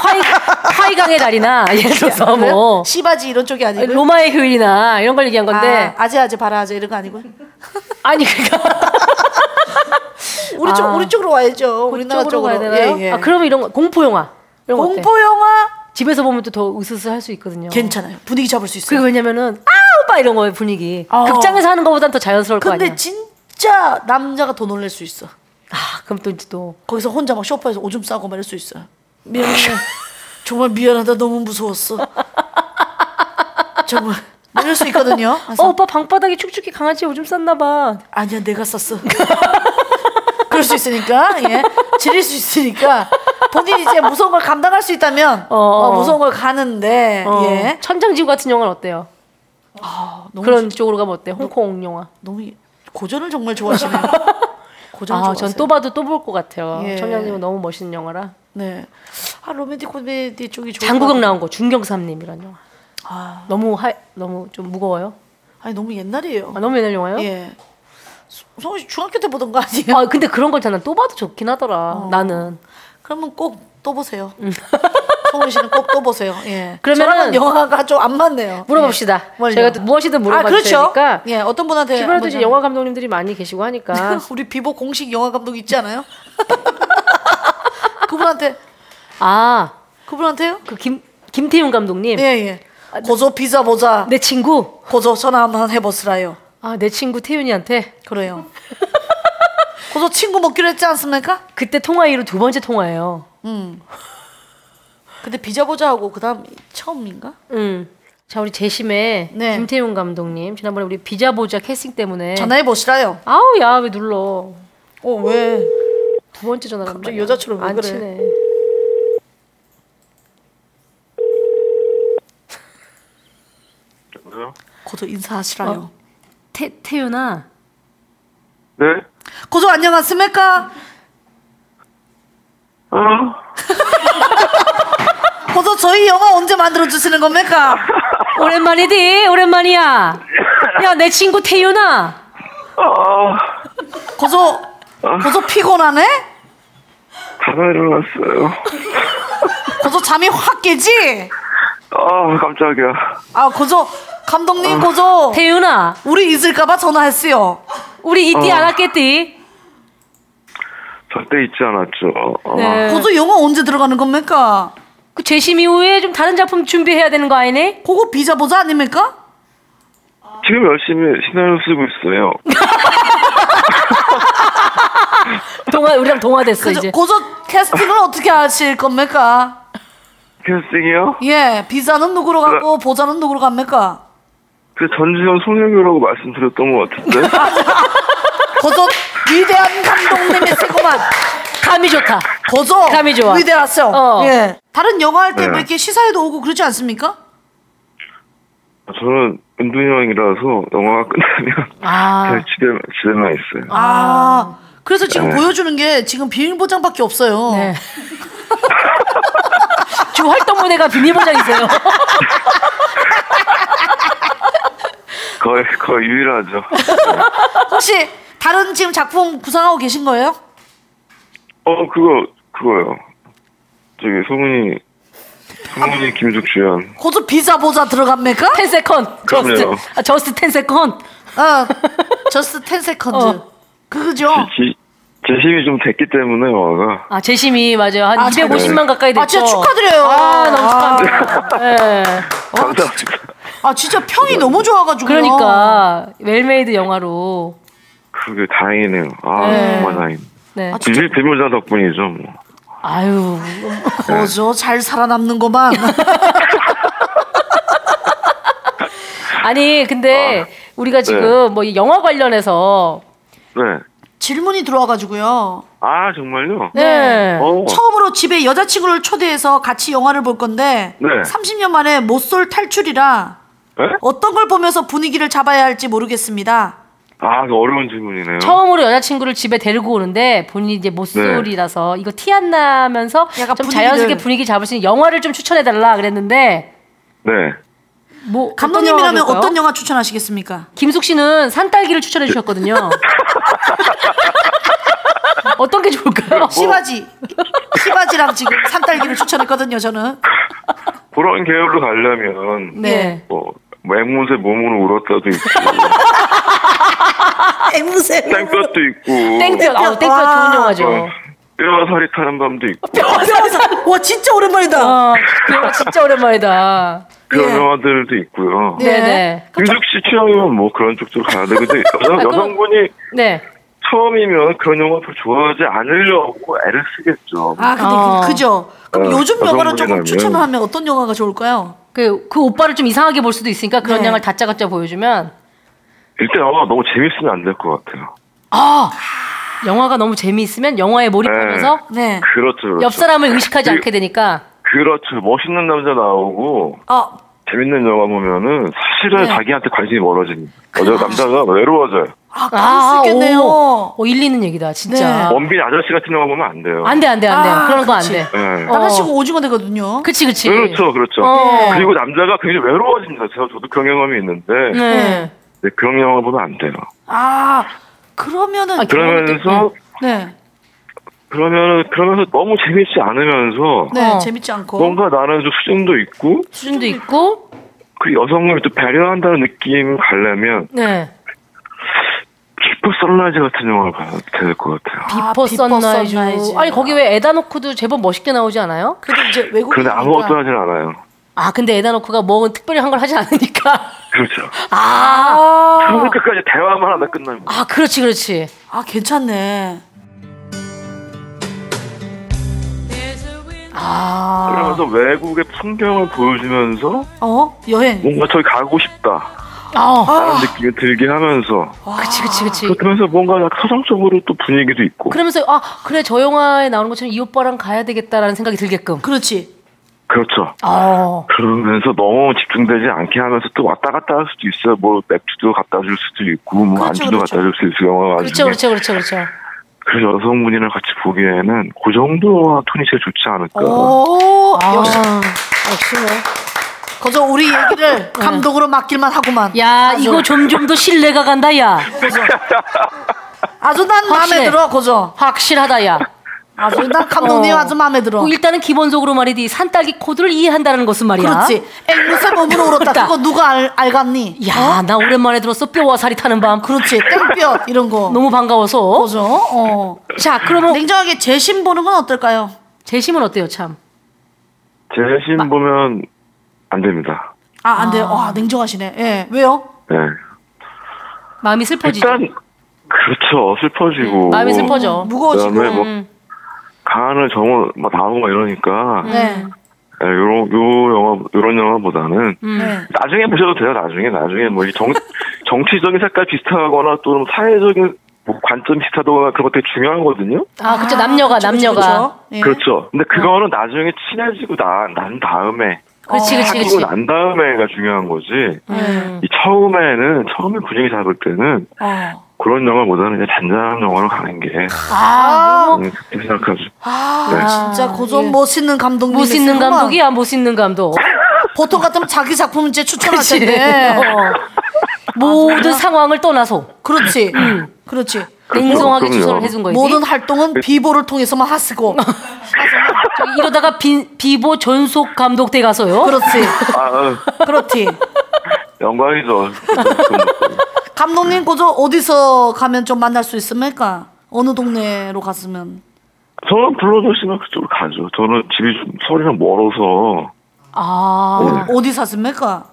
[SPEAKER 2] 화이 화이강의 달이나 예를
[SPEAKER 3] 그렇죠.
[SPEAKER 2] 들어서 뭐
[SPEAKER 3] 네? 시바지 이런 쪽이 아니고
[SPEAKER 2] 로마의 휴일이나 이런 걸 얘기한 건데
[SPEAKER 3] 아, 아재 아재 바라 아재 이런 거 아니고
[SPEAKER 2] 아니 그러니까
[SPEAKER 3] 우리 쪽
[SPEAKER 2] 아.
[SPEAKER 3] 우리 쪽으로 와야죠. 우리나라
[SPEAKER 2] 그쪽으로 가야
[SPEAKER 3] 쪽으로.
[SPEAKER 2] 되나요?
[SPEAKER 3] 예, 예.
[SPEAKER 2] 아 그러면 이런 거 공포 영화 이런 거
[SPEAKER 3] 공포
[SPEAKER 2] 어때?
[SPEAKER 3] 영화
[SPEAKER 2] 집에서 보면 또 더 으스스 할 수 있거든요.
[SPEAKER 3] 괜찮아요. 분위기 잡을 수 있어요.
[SPEAKER 2] 그리고 왜냐면은 아 오빠 이런 거의 분위기 극장에서 하는 거보단 더 자연스러울 거
[SPEAKER 3] 아. 근데
[SPEAKER 2] 아니야.
[SPEAKER 3] 진짜 남자가 더 놀랄 수 있어.
[SPEAKER 2] 아, 그럼 또 이제 또
[SPEAKER 3] 거기서 혼자 막 쇼파에서 오줌 싸고 말할 수 있어. 미안해. 정말 미안하다. 너무 무서웠어. 정말 말할 수 있거든요. 그래서
[SPEAKER 2] 어 오빠 방바닥에 축축히 강아지 오줌 쌌나 봐.
[SPEAKER 3] 아니야 내가 쌌어. 그럴 수 있으니까 예 지릴 수 있으니까 본인이 이제 무서운 걸 감당할 수 있다면 어, 무서운 걸 가는데
[SPEAKER 2] 어,
[SPEAKER 3] 예
[SPEAKER 2] 천장지구 같은 영화는 어때요? 그런 쪽으로 가면 어때? 요 홍콩 영화.
[SPEAKER 3] 너무 고전을 정말 좋아하시네요. 고전을
[SPEAKER 2] 아, 전
[SPEAKER 3] 좋아하세요.
[SPEAKER 2] 또 봐도 또 볼 것 같아요.
[SPEAKER 3] 예.
[SPEAKER 2] 청량님은 너무 멋있는 영화라.
[SPEAKER 3] 네. 아 로맨틱 코미디 쪽이 좋아.
[SPEAKER 2] 장국영 나온 거 중경삼님이란 영화.
[SPEAKER 3] 아
[SPEAKER 2] 너무 하 너무 좀 무거워요.
[SPEAKER 3] 아니 너무 옛날이에요.
[SPEAKER 2] 아, 너무 옛날 영화요?
[SPEAKER 3] 예. 성우 씨 중학교 때 보던 거 아니에요?
[SPEAKER 2] 아 근데 그런 걸 저는 또 봐도 좋긴 하더라.
[SPEAKER 3] 어.
[SPEAKER 2] 나는.
[SPEAKER 3] 그러면 꼭 또 보세요. 성우 씨는 꼭 또 보세요. 예.
[SPEAKER 2] 음. 그러면은-
[SPEAKER 3] 저랑은 영화가 좀 안 맞네요. 예.
[SPEAKER 2] 물어봅시다.
[SPEAKER 3] 뭘요?
[SPEAKER 2] 저희가 또 무엇이든 물어봐
[SPEAKER 3] 아, 그렇죠.
[SPEAKER 2] 주니까.
[SPEAKER 3] 예, 어떤 분한테
[SPEAKER 2] 기본에도
[SPEAKER 3] 한번
[SPEAKER 2] 이제
[SPEAKER 3] 좀-
[SPEAKER 2] 영화 감독님들이 많이 계시고 하니까.
[SPEAKER 3] 우리 비보 공식 영화 감독 있지 않아요? 그분한테
[SPEAKER 2] 아,
[SPEAKER 3] 그분한테요?
[SPEAKER 2] 그 김 김태훈 감독님. 아, 네.
[SPEAKER 3] 예 예. 고조 피자 보자.
[SPEAKER 2] 내 친구.
[SPEAKER 3] 고조 전화 한번 해보스라요.
[SPEAKER 2] 아, 내 친구 태윤이한테
[SPEAKER 3] 그래요. 고조 친구 먹기로 했지 않습니까?
[SPEAKER 2] 그때 통화 이후로 두 번째 통화예요.
[SPEAKER 3] 음. 근데 비자 보자 하고 그다음 처음인가? 네.
[SPEAKER 2] 음. 자, 우리 재심의 김태훈 감독님. 지난번에 우리 비자 보자 캐스팅 때문에
[SPEAKER 3] 전화해 보시라요.
[SPEAKER 2] 아우, 야, 왜 눌러?
[SPEAKER 3] 어, 왜?
[SPEAKER 2] 두 번째 전화가
[SPEAKER 3] 갑자기 여자처럼 왜
[SPEAKER 2] 안
[SPEAKER 3] 그래?
[SPEAKER 2] 치네.
[SPEAKER 3] 고조 인사하시라요.
[SPEAKER 2] 태 태윤아.
[SPEAKER 9] 네?
[SPEAKER 3] 고조 안녕하십니까?
[SPEAKER 9] 어?
[SPEAKER 3] 고조 저희 영화 언제 만들어 주시는 겁니까?
[SPEAKER 2] 오랜만이디. 오랜만이야. 야, 내 친구 태윤아.
[SPEAKER 9] 어,
[SPEAKER 3] 고조 고소 피곤하네?
[SPEAKER 9] 자다 일어났어요.
[SPEAKER 3] 고소 잠이 확 깨지?
[SPEAKER 9] 아 깜짝이야.
[SPEAKER 3] 아 고소 감독님
[SPEAKER 9] 어.
[SPEAKER 3] 고소 태윤아 우리 있을까봐 전화했어요 우리
[SPEAKER 9] 있디 어.
[SPEAKER 3] 않았겠디
[SPEAKER 9] 절대 잊지 않았죠. 어.
[SPEAKER 3] 고소 영화 언제 들어가는 겁니까? 네. 그 재심 이후에 좀 다른 작품 준비해야 되는 거 아니네? 그거 비자 보자 아닙니까?
[SPEAKER 9] 지금 열심히 시나리오 쓰고 있어요.
[SPEAKER 3] 동화 우리랑 동화됐어
[SPEAKER 2] 그
[SPEAKER 3] 이제 고소 캐스팅을 어떻게 하실 겁니까?
[SPEAKER 9] 캐스팅이요?
[SPEAKER 3] 예 비자는 누구로 가고 보자는 누구로 갑니까?
[SPEAKER 9] 그 전지현 송영규라고 말씀드렸던 것 같은데.
[SPEAKER 3] 고소 위대한 감독님의 세고만 감이 좋다 고소
[SPEAKER 2] 감이 좋아.
[SPEAKER 3] 위대하죠
[SPEAKER 2] 어.
[SPEAKER 3] 예. 다른 영화 할 때 뭐
[SPEAKER 9] 네.
[SPEAKER 3] 이렇게 시사회도 오고 그러지 않습니까?
[SPEAKER 9] 저는 운동형이라서 영화가 끝나면
[SPEAKER 3] 아,
[SPEAKER 9] 그냥 집에 집에만 있어요.
[SPEAKER 3] 아, 그래서 지금
[SPEAKER 9] 네.
[SPEAKER 3] 보여주는 게 지금 비밀보장밖에 없어요.
[SPEAKER 2] 네.
[SPEAKER 3] 주 활동 무대가 비밀보장이세요.
[SPEAKER 9] 거의 거의 유일하죠.
[SPEAKER 3] 혹시 다른 지금 작품 구상하고 계신 거예요?
[SPEAKER 9] 어 그거 그거요. 저기 소문이 소문이 김숙주연.
[SPEAKER 3] 고소 비자 보자 들어갑니까? 10 세컨.
[SPEAKER 9] 그럼요. 저스트-
[SPEAKER 3] 아, 저스트 10 세컨. 어. 저스트 10 세컨드.
[SPEAKER 2] 어.
[SPEAKER 3] 그거죠.
[SPEAKER 9] 지- 재심이 좀 됐기 때문에 영화가.
[SPEAKER 2] 아, 재심이 맞아요. 한
[SPEAKER 3] 아,
[SPEAKER 2] 250만
[SPEAKER 9] 네.
[SPEAKER 2] 가까이 됐죠.
[SPEAKER 3] 아, 진짜 축하드려요.
[SPEAKER 2] 아, 너무 축하합니다.
[SPEAKER 3] 네.
[SPEAKER 9] 감사합니다.
[SPEAKER 3] 아, 진짜 평이 너무 좋아가지고.
[SPEAKER 2] 그러니까 웰메이드 영화로
[SPEAKER 9] 그게 다행이네요. 아
[SPEAKER 2] 네.
[SPEAKER 9] 정말 다행.
[SPEAKER 2] 네. 아,
[SPEAKER 9] 비밀 비밀자 덕분이죠. 뭐.
[SPEAKER 3] 아유, 거저 잘 살아남는구만.
[SPEAKER 2] 아니 근데 우리가 지금
[SPEAKER 9] 네.
[SPEAKER 2] 뭐이 영화 관련해서
[SPEAKER 9] 네.
[SPEAKER 3] 질문이 들어와가지고요.
[SPEAKER 9] 아 정말요?
[SPEAKER 3] 네.
[SPEAKER 9] 어.
[SPEAKER 3] 처음으로 집에 여자친구를 초대해서 같이 영화를 볼 건데
[SPEAKER 9] 네.
[SPEAKER 3] 30년 만에 못쏠 탈출이라
[SPEAKER 9] 네?
[SPEAKER 3] 어떤 걸 보면서 분위기를 잡아야 할지 모르겠습니다.
[SPEAKER 9] 아 그거 어려운 질문이네요.
[SPEAKER 2] 처음으로 여자친구를 집에 데리고 오는데 본인이 이제
[SPEAKER 9] 네.
[SPEAKER 2] 모쏠이라서 이거 티 안 나면서 좀
[SPEAKER 3] 분위기를-
[SPEAKER 2] 자연스럽게 분위기 잡을 수 있는 영화를 좀 추천해 달라 그랬는데
[SPEAKER 9] 네.
[SPEAKER 2] 뭐 어떤
[SPEAKER 3] 감독님이라면
[SPEAKER 2] 영화일까요?
[SPEAKER 3] 어떤 영화 추천하시겠습니까?
[SPEAKER 2] 김숙 씨는 산딸기를 추천해 주셨거든요. 어떤 게 좋을까요?
[SPEAKER 3] 시바지. 시바지랑 지금 산딸기를 추천했거든요, 저는.
[SPEAKER 9] 그런 계열로 가려면
[SPEAKER 3] 네.
[SPEAKER 9] 뭐 맹문세 몸으로 울었다도 있고
[SPEAKER 3] 앵무새.
[SPEAKER 9] 땡볕도 있고
[SPEAKER 2] 네.
[SPEAKER 3] 땡볕, 아우, 땡볕 좋은 영화죠.
[SPEAKER 9] 네. 뼈와 살이 타는 밤도 있고
[SPEAKER 3] 어, 와, 진짜 오랜만이다.
[SPEAKER 2] 그 영화 진짜 오랜만이다.
[SPEAKER 9] 그런 영화들도
[SPEAKER 3] 예.
[SPEAKER 9] 있고요.
[SPEAKER 2] 네, 네.
[SPEAKER 9] 김숙 씨 취향이면 뭐 그런 쪽으로 가야 되는데 여성, 여성분이
[SPEAKER 2] 네.
[SPEAKER 9] 처음이면 그런 영화를 좋아하지 않으려고 애를 쓰겠죠.
[SPEAKER 3] 아, 근데
[SPEAKER 2] 어.
[SPEAKER 3] 그, 그죠. 그럼
[SPEAKER 9] 어,
[SPEAKER 3] 요즘 영화를 조금
[SPEAKER 9] 여성분이라면.
[SPEAKER 3] 추천하면 어떤 영화가 좋을까요?
[SPEAKER 2] 그, 그 오빠를 좀 이상하게 볼 수도 있으니까 그런
[SPEAKER 3] 네.
[SPEAKER 2] 양을 다짜고짜 보여주면
[SPEAKER 9] 일단 영화가 너무 재밌으면 안 될 것 같아요.
[SPEAKER 2] 아 영화가 너무 재미있으면 영화에 몰입하면서
[SPEAKER 3] 네.
[SPEAKER 9] 그렇죠. 그렇죠.
[SPEAKER 2] 옆 사람을 의식하지
[SPEAKER 9] 그-
[SPEAKER 2] 않게 되니까
[SPEAKER 9] 그렇죠. 멋있는 남자 나오고
[SPEAKER 3] 어
[SPEAKER 9] 재밌는 영화 보면은 사실은
[SPEAKER 2] 네.
[SPEAKER 9] 자기한테 관심이 멀어지는 여자 남자가 외로워져요.
[SPEAKER 2] 아,
[SPEAKER 3] 아, 그럴 수 있겠네요. 네.
[SPEAKER 2] 오, 오, 일리는 얘기다 진짜
[SPEAKER 9] 원빈 아저씨 같은 영화 보면 안 돼요.
[SPEAKER 2] 안 돼 안 돼 안 돼
[SPEAKER 3] 아,
[SPEAKER 2] 그런 거 안
[SPEAKER 3] 그치.
[SPEAKER 2] 돼.
[SPEAKER 9] 예.
[SPEAKER 3] 남자친구 오징어 되거든요.
[SPEAKER 2] 그치, 그치.
[SPEAKER 9] 그렇죠, 그렇죠.
[SPEAKER 3] 어.
[SPEAKER 9] 그리고 남자가 굉장히 외로워집니다. 제가 저도 그런 경험이 있는데
[SPEAKER 3] 네.
[SPEAKER 9] 네, 그런 경험을 보면 안 돼요.
[SPEAKER 3] 아,
[SPEAKER 2] 아,
[SPEAKER 3] 그러면은.
[SPEAKER 9] 그러면서
[SPEAKER 3] 네.
[SPEAKER 9] 그러면 그러면서 너무 재밌지 않으면서
[SPEAKER 3] 네,
[SPEAKER 2] 어.
[SPEAKER 3] 재밌지 않고.
[SPEAKER 9] 뭔가 나는 좀 수준도 있고
[SPEAKER 2] 수준도 있고.
[SPEAKER 9] 그 여성을 또 배려한다는 느낌을 가려면
[SPEAKER 2] 네.
[SPEAKER 9] 슈퍼 선라이즈 같은 영화를 봐야 될 것 같아요.
[SPEAKER 2] 비포 선라이즈.
[SPEAKER 3] 선라이즈.
[SPEAKER 2] 아니 거기 왜 에다 노크도 제법 멋있게 나오지 않아요?
[SPEAKER 3] 근데 이제 외국 그러니까.
[SPEAKER 9] 그런데 아무것도 하진 않아요.
[SPEAKER 2] 아 근데 에다 노크가 뭐 특별히 한 걸 하지 않으니까.
[SPEAKER 9] 그렇죠.
[SPEAKER 2] 아.
[SPEAKER 9] 끝까지 대화만 하다 끝나는 거.
[SPEAKER 2] 아 그렇지 그렇지.
[SPEAKER 3] 아 괜찮네.
[SPEAKER 9] 그러면서 외국의 풍경을 보여주면서
[SPEAKER 3] 어? 여행.
[SPEAKER 9] 뭔가 저기 가고 싶다.
[SPEAKER 2] 아.
[SPEAKER 9] 라는 느낌이 들게 하면서
[SPEAKER 2] 그치 그치 그치.
[SPEAKER 9] 그러면서 뭔가 약간 서정적으로 또 분위기도 있고
[SPEAKER 2] 그러면서 아 그래 저 영화에 나오는 것처럼 이 오빠랑 가야 되겠다라는 생각이 들게끔.
[SPEAKER 3] 그렇지.
[SPEAKER 9] 그렇죠.
[SPEAKER 2] 아.
[SPEAKER 3] 어.
[SPEAKER 9] 그러면서 너무 집중되지 않게 하면서 또 왔다 갔다 할 수도 있어요. 뭐 맥주도 갖다 줄 수도 있고 뭐
[SPEAKER 2] 그렇죠,
[SPEAKER 9] 안주도
[SPEAKER 2] 그렇죠.
[SPEAKER 9] 갖다 줄 수 있어요. 영화가
[SPEAKER 2] 그렇죠
[SPEAKER 9] 나중에.
[SPEAKER 2] 그렇죠 그렇죠 그렇죠.
[SPEAKER 9] 그래서 여성분이랑 같이 보기에는 그 정도 톤이 제일 좋지 않을까.
[SPEAKER 2] 어,
[SPEAKER 3] 오,
[SPEAKER 2] 아,
[SPEAKER 3] 역시. 역시네. 거저 우리
[SPEAKER 2] 네.
[SPEAKER 3] 얘기를 감독으로 맡길만 하구만.
[SPEAKER 2] 야 이거 좀 좀 더 신뢰가 간다 야.
[SPEAKER 3] 아주 난 마음에 들어 고조.
[SPEAKER 2] 확실하다 야.
[SPEAKER 3] 아주
[SPEAKER 2] 어.
[SPEAKER 3] 난 감독님 아주 마음에 들어.
[SPEAKER 2] 일단은 기본적으로 말이지 이 산딸기 코드를 이해한다는 것은 말이야. 그러니까.
[SPEAKER 3] 그렇지. 앵무새 몸으로 울었다. 그거 누가 알, 알갔니?
[SPEAKER 2] 야, 나 오랜만에 들었어. 뼈와 살이 타는 밤.
[SPEAKER 3] 그렇지. 땡뼈 이런 거.
[SPEAKER 2] 너무 반가워서.
[SPEAKER 3] 그죠? 어.
[SPEAKER 2] 자, 그러면
[SPEAKER 3] 냉정하게 재심 보는 건 어떨까요?
[SPEAKER 2] 재심은 어때요, 참?
[SPEAKER 9] 제 자신 보면 안 됩니다.
[SPEAKER 3] 아, 안 돼요. 와, 냉정하시네. 예. 왜요?
[SPEAKER 9] 네.
[SPEAKER 2] 마음이 슬퍼지죠.
[SPEAKER 9] 일단 그렇죠. 슬퍼지고.
[SPEAKER 2] 마음이 슬퍼져.
[SPEAKER 9] 그다음에 뭐
[SPEAKER 2] 음.
[SPEAKER 9] 가하는 정원 막 나오고 막 이러니까.
[SPEAKER 3] 네.
[SPEAKER 9] 예, 요런 요 영화 요런 영화보다는
[SPEAKER 2] 음.
[SPEAKER 3] 네.
[SPEAKER 9] 나중에 보셔도 돼요. 나중에 나중에 뭐 이 정 정치적인 색깔 비슷하거나 또는 사회적인 뭐 관점 비슷하거나 그런 것 되게 중요하거든요.
[SPEAKER 2] 아, 그쵸. 남녀가 남녀가.
[SPEAKER 3] 예.
[SPEAKER 9] 그렇죠. 근데 그거는 나중에 친해지고 나, 난 다음에
[SPEAKER 2] 그렇지, 그렇지,
[SPEAKER 9] 사귀고
[SPEAKER 2] 그렇지.
[SPEAKER 9] 난 다음에가 중요한 거지.
[SPEAKER 3] 예.
[SPEAKER 2] 음.
[SPEAKER 9] 이 처음에는 처음에 분위기 잡을 때는
[SPEAKER 3] 어.
[SPEAKER 9] 그런 영화보다는 이제 잔잔한 영화로 가는 게
[SPEAKER 3] 아,
[SPEAKER 9] 음, 그렇게 생각하죠.
[SPEAKER 3] 아,
[SPEAKER 9] 네.
[SPEAKER 3] 진짜 고조 멋있는 감독님.
[SPEAKER 2] 못있는 예. 감독이야, 못있는 감독.
[SPEAKER 3] 보통 같으면 자기 작품 이제 추천할
[SPEAKER 2] 그치.
[SPEAKER 3] 텐데. 아,
[SPEAKER 2] 어. 모든 상황을 떠나서.
[SPEAKER 3] 그렇지. 그렇지.
[SPEAKER 2] 그렇죠, 냉정하게 그럼요. 추천을 해준 거지.
[SPEAKER 3] 모든 활동은 비보를 통해서만 하시고.
[SPEAKER 2] 저기 이러다가 비, 비보 전속 감독대 가서요.
[SPEAKER 3] 그렇지.
[SPEAKER 9] 아, 어,
[SPEAKER 3] 그렇지.
[SPEAKER 9] 영광이죠.
[SPEAKER 3] 감독님 고저 어디서 가면 좀 만날 수 있습니까? 어느 동네로 갔으면.
[SPEAKER 9] 저는 불러주시면 그쪽으로 가죠. 저는 집이 좀 서울이랑 멀어서
[SPEAKER 3] 아, 어디 사십니까?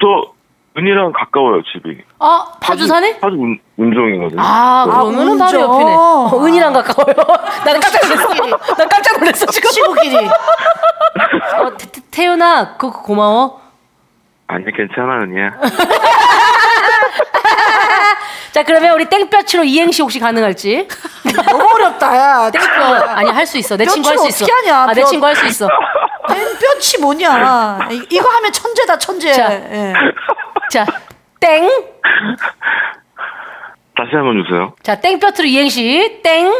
[SPEAKER 9] 또 은이랑 가까워요 집이.
[SPEAKER 2] 아, 파주 사네?
[SPEAKER 9] 파주 운, 운종이거든요.
[SPEAKER 2] 아,
[SPEAKER 9] 네.
[SPEAKER 2] 그러면은 바로 옆이네. 어, 은이랑 가까워요. 나는 깜짝 놀랐어. 난 깜짝 놀랐어, 지금.
[SPEAKER 3] 시부끼리.
[SPEAKER 2] 어, 태, 태- 태연아, 그거 고마워.
[SPEAKER 9] 아니 괜찮아 은이야.
[SPEAKER 2] 자, 그러면 우리 땡볕으로 이행시 혹시 가능할지?
[SPEAKER 3] 너무 어렵다, 야.
[SPEAKER 2] 땡볕. 아니, 할 수 있어. 내 친구 할 수 있어.
[SPEAKER 3] 뼈치는 어떻게 하냐,
[SPEAKER 2] 아, 내
[SPEAKER 3] 뼈.
[SPEAKER 2] 친구 할 수 있어.
[SPEAKER 3] 뼈치 뭐냐? 이- 이거 하면 천재다 천재.
[SPEAKER 2] 자.
[SPEAKER 3] 예.
[SPEAKER 2] 자, 땡.
[SPEAKER 9] 다시 한 번 주세요.
[SPEAKER 2] 자, 땡볕으로 이행시. 땡.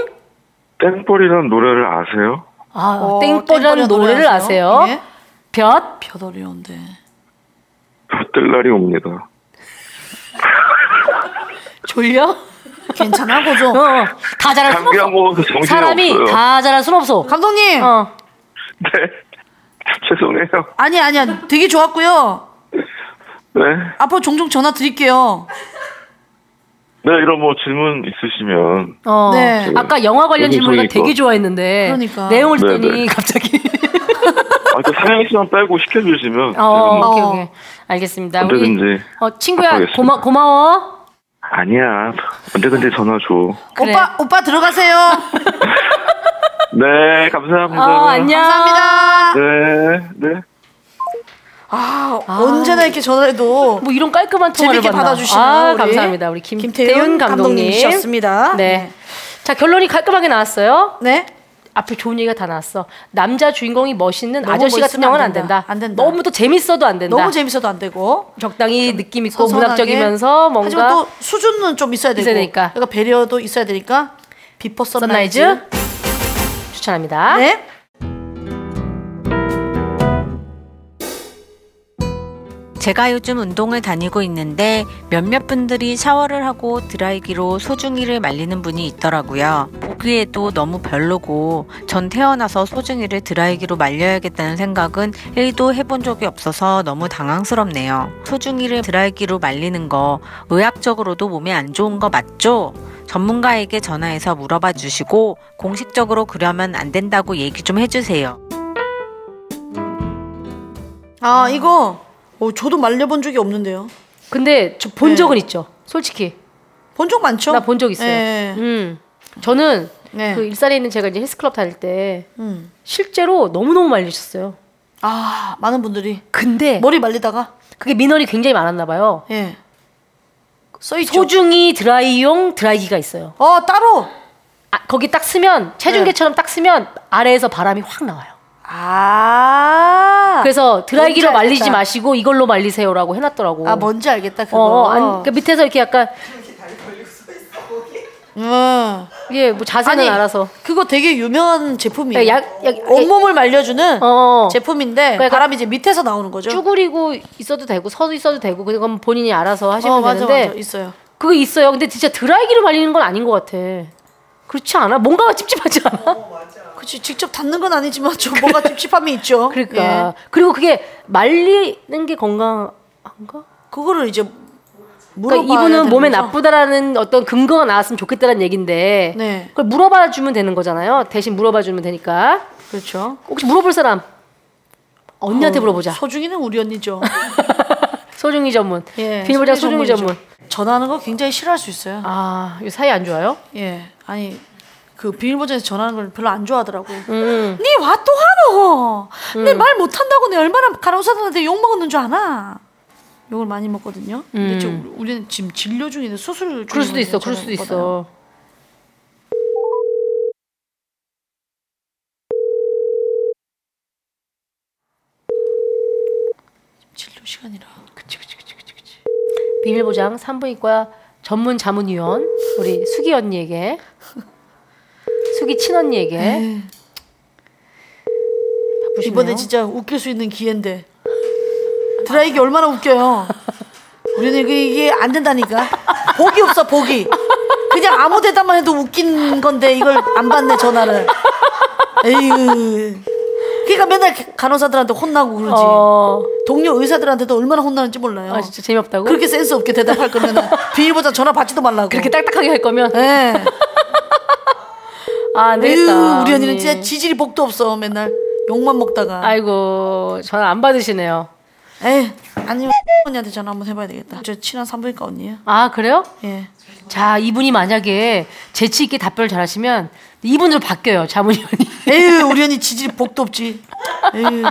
[SPEAKER 9] 땡벌이라는 노래를 아세요?
[SPEAKER 2] 아,
[SPEAKER 3] 어,
[SPEAKER 2] 땡벌이라는
[SPEAKER 3] 땡벌이라는
[SPEAKER 2] 노래를
[SPEAKER 3] 노래
[SPEAKER 2] 아세요?
[SPEAKER 3] 아세요? 예.
[SPEAKER 2] 볕. 어,
[SPEAKER 3] 뼈 어려운데.
[SPEAKER 9] 볕들 날이 옵니다.
[SPEAKER 2] 졸려?
[SPEAKER 3] 괜찮아 고조.
[SPEAKER 2] 어, 다 잘할 순
[SPEAKER 9] 감기야
[SPEAKER 2] 없어.
[SPEAKER 9] 뭐 정신이
[SPEAKER 2] 사람이
[SPEAKER 9] 없어요.
[SPEAKER 2] 다 잘할 순 없어.
[SPEAKER 3] 감독님.
[SPEAKER 2] 어.
[SPEAKER 9] 네. 죄송해요.
[SPEAKER 3] 아니 아니야. 되게 좋았고요.
[SPEAKER 9] 네.
[SPEAKER 3] 앞으로 종종 전화 드릴게요.
[SPEAKER 9] 네 이런 뭐 질문 있으시면
[SPEAKER 2] 어.
[SPEAKER 3] 네.
[SPEAKER 2] 아까 영화 관련
[SPEAKER 9] 여기
[SPEAKER 2] 질문을
[SPEAKER 9] 저기
[SPEAKER 2] 되게
[SPEAKER 9] 있고.
[SPEAKER 2] 좋아했는데
[SPEAKER 3] 그러니까.
[SPEAKER 2] 내용을
[SPEAKER 9] 네,
[SPEAKER 2] 듣더니
[SPEAKER 9] 네.
[SPEAKER 2] 갑자기
[SPEAKER 9] 아, 그 상영 시간 빼고 시켜주시면
[SPEAKER 2] 어,
[SPEAKER 9] 제가
[SPEAKER 2] 오케이
[SPEAKER 9] 뭐
[SPEAKER 2] 오케이 알겠습니다. 우리
[SPEAKER 9] 언제든지
[SPEAKER 2] 어, 친구야
[SPEAKER 9] 하겠습니다.
[SPEAKER 2] 고마 고마워. 어,
[SPEAKER 9] 아니야 언제든지 전화 줘.
[SPEAKER 2] 그래.
[SPEAKER 3] 오빠 오빠 들어가세요.
[SPEAKER 9] 네 감사합니다.
[SPEAKER 2] 어, 안녕.
[SPEAKER 3] 감사합니다.
[SPEAKER 9] 네 네.
[SPEAKER 3] 아, 언제나 이렇게 전화해도
[SPEAKER 2] 뭐 이런 깔끔한 통화를
[SPEAKER 3] 재밌게
[SPEAKER 2] 받나.
[SPEAKER 3] 받아주시는
[SPEAKER 2] 아,
[SPEAKER 3] 우리
[SPEAKER 2] 감사합니다. 우리 김,
[SPEAKER 3] 김태윤
[SPEAKER 2] 태윤 감독님. 네.
[SPEAKER 3] 감독님이셨습니다. 네.
[SPEAKER 2] 자, 결론이 깔끔하게 나왔어요.
[SPEAKER 3] 네.
[SPEAKER 2] 앞에 좋은 얘기가 다 나왔어. 남자 주인공이 멋있는
[SPEAKER 3] 너무
[SPEAKER 2] 아저씨 같은
[SPEAKER 3] 멋있으면
[SPEAKER 2] 영화는
[SPEAKER 3] 안
[SPEAKER 2] 안 된다.
[SPEAKER 3] 된다. 안 된다.
[SPEAKER 2] 너무 또 재밌어도 안 된다.
[SPEAKER 3] 너무 재밌어도 안 되고
[SPEAKER 2] 적당히 느낌 있고
[SPEAKER 3] 선선하게.
[SPEAKER 2] 문학적이면서 뭔가
[SPEAKER 3] 하지만 또 수준은 좀 있어야 되고
[SPEAKER 2] 있어야 되니까.
[SPEAKER 3] 그러니까 배려도 있어야 되니까 비포 선라이즈.
[SPEAKER 2] 선라이즈 추천합니다.
[SPEAKER 3] 네.
[SPEAKER 18] 제가 요즘 운동을 다니고 있는데 몇몇 분들이 샤워를 하고 드라이기로 소중이를 말리는 분이 있더라고요. 보기에도 너무 별로고 전 태어나서 소중이를 드라이기로 말려야겠다는 생각은 1도 해본 적이 없어서 너무 당황스럽네요. 소중이를 드라이기로 말리는 거 의학적으로도 몸에 안 좋은 거 맞죠? 전문가에게 전화해서 물어봐 주시고 공식적으로 그러면 안 된다고 얘기 좀 해주세요.
[SPEAKER 3] 아 이거 어, 저도 말려본 적이 없는데요.
[SPEAKER 2] 근데 저 본
[SPEAKER 3] 네.
[SPEAKER 2] 적은 있죠. 솔직히
[SPEAKER 3] 본 적 많죠?
[SPEAKER 2] 나 본 적 있어요.
[SPEAKER 3] 예.
[SPEAKER 2] 음. 저는
[SPEAKER 3] 네.
[SPEAKER 2] 그 일산에 있는 제가 이제 헬스클럽 다닐 때
[SPEAKER 3] 음.
[SPEAKER 2] 실제로 너무너무 말리셨어요.
[SPEAKER 3] 아 많은 분들이
[SPEAKER 2] 근데
[SPEAKER 3] 머리 말리다가
[SPEAKER 2] 그게 민원이 굉장히 많았나 봐요.
[SPEAKER 3] 예. 써있죠.
[SPEAKER 2] 소중히 드라이용 드라이기가 있어요.
[SPEAKER 3] 어 따로.
[SPEAKER 2] 아, 거기 딱 쓰면
[SPEAKER 3] 네.
[SPEAKER 2] 체중계처럼 딱 쓰면 아래에서 바람이 확 나와요.
[SPEAKER 3] 아.
[SPEAKER 2] 그래서 드라이기로
[SPEAKER 3] 뭔지
[SPEAKER 2] 말리지
[SPEAKER 3] 알겠다.
[SPEAKER 2] 마시고 이걸로 말리세요라고 해놨더라고.
[SPEAKER 3] 아 뭔지 알겠다 그거.
[SPEAKER 2] 어, 어, 안, 그 밑에서 이렇게 약간
[SPEAKER 3] 음.
[SPEAKER 2] 예, 뭐 자세는
[SPEAKER 3] 아니,
[SPEAKER 2] 알아서.
[SPEAKER 3] 그거 되게 유명한 제품이에요.
[SPEAKER 2] 야, 야, 야,
[SPEAKER 3] 온몸을 말려주는
[SPEAKER 2] 어.
[SPEAKER 3] 제품인데
[SPEAKER 2] 그러니까
[SPEAKER 3] 바람이 이제 밑에서 나오는 거죠.
[SPEAKER 2] 쭈그리고 있어도 되고 서도 있어도 되고 그건 본인이 알아서 하시면
[SPEAKER 3] 어, 맞아,
[SPEAKER 2] 되는데
[SPEAKER 3] 맞아. 있어요.
[SPEAKER 2] 그거 있어요. 근데 진짜 드라이기로 말리는 건 아닌 것 같아. 그렇지 않아? 뭔가가 찝찝하지 않아?
[SPEAKER 3] 어, 그치 직접 닿는 건 아니지만 좀 뭔가 찝찝함이 있죠. 예.
[SPEAKER 2] 그러니까. 그리고 그게 말리는 게 건강한가?
[SPEAKER 3] 그거를 이제 물어봐야
[SPEAKER 2] 그러니까 이분은 몸에
[SPEAKER 3] 되는구나.
[SPEAKER 2] 나쁘다라는 어떤 근거가 나왔으면 좋겠다는 얘긴데
[SPEAKER 3] 네.
[SPEAKER 2] 그걸 물어봐 주면 되는 거잖아요. 대신 물어봐 주면 되니까.
[SPEAKER 3] 그렇죠.
[SPEAKER 2] 혹시 물어볼 사람 언니한테
[SPEAKER 3] 어,
[SPEAKER 2] 물어보자.
[SPEAKER 3] 소중이는 우리 언니죠.
[SPEAKER 2] 소중이 전문.
[SPEAKER 3] 예,
[SPEAKER 2] 비밀보장
[SPEAKER 3] 소중이
[SPEAKER 2] 소중이 전문.
[SPEAKER 3] 전화하는 거 굉장히 싫어할 수 있어요.
[SPEAKER 2] 아, 이 사이 안 좋아요?
[SPEAKER 3] 예, 아니 그 비밀번호에서 전화하는 걸 별로 안 좋아하더라고.
[SPEAKER 2] 음.
[SPEAKER 3] 네와 또 하노. 네 말 못한다고 내 얼마나 간호사들한테 욕 먹었는 줄 아나. 욕을 많이 먹거든요. 근데
[SPEAKER 2] 음.
[SPEAKER 3] 지금 우리- 우리는 지금 진료 중인데 수술 중.
[SPEAKER 2] 그럴 수도 있어. 그럴 수도
[SPEAKER 3] 음,
[SPEAKER 2] 있어.
[SPEAKER 3] 진료 시간이라. 그치 그치 그치 그치.
[SPEAKER 2] 비밀보장 산부인과 전문 자문위원 우리 수기 언니에게 수기
[SPEAKER 3] 네.
[SPEAKER 2] 친언니에게 바쁘시네요.
[SPEAKER 3] 이번에 진짜 웃길 수 있는 기회인데 드라이기 얼마나 웃겨요. 우리는 이게, 이게 안 된다니까. 복이 없어 복이. 그냥 아무 대답만 해도 웃긴 건데 이걸 안 받네 전화를. 에휴. 그러니까 맨날 간호사들한테 혼나고 그러지.
[SPEAKER 2] 어.
[SPEAKER 3] 동료 의사들한테도 얼마나 혼나는지 몰라요.
[SPEAKER 2] 아 진짜 재미없다고?
[SPEAKER 3] 그렇게 센스 없게 대답할 거면 비밀보장 전화 받지도 말라고. 그렇게
[SPEAKER 2] 딱딱하게 할 거면.
[SPEAKER 3] 예.
[SPEAKER 2] 아, 안 되겠다.
[SPEAKER 3] 에휴, 우리 언니는
[SPEAKER 2] 언니.
[SPEAKER 3] 진짜 지질이 복도 없어 맨날 욕만 먹다가.
[SPEAKER 2] 아. 아이고 전화 안 받으시네요.
[SPEAKER 3] 에 예. 아니면 언니한테 전화 한번 해봐야 되겠다. 저 친한 산부인과 언니예요.
[SPEAKER 2] 아 그래요?
[SPEAKER 3] 예.
[SPEAKER 2] 자 이분이 만약에 재치 있게 답변을 잘하시면 이분으로 바뀌어요 자문위원이.
[SPEAKER 3] 에휴 우리 언니 지질이 복도 없지. 에휴.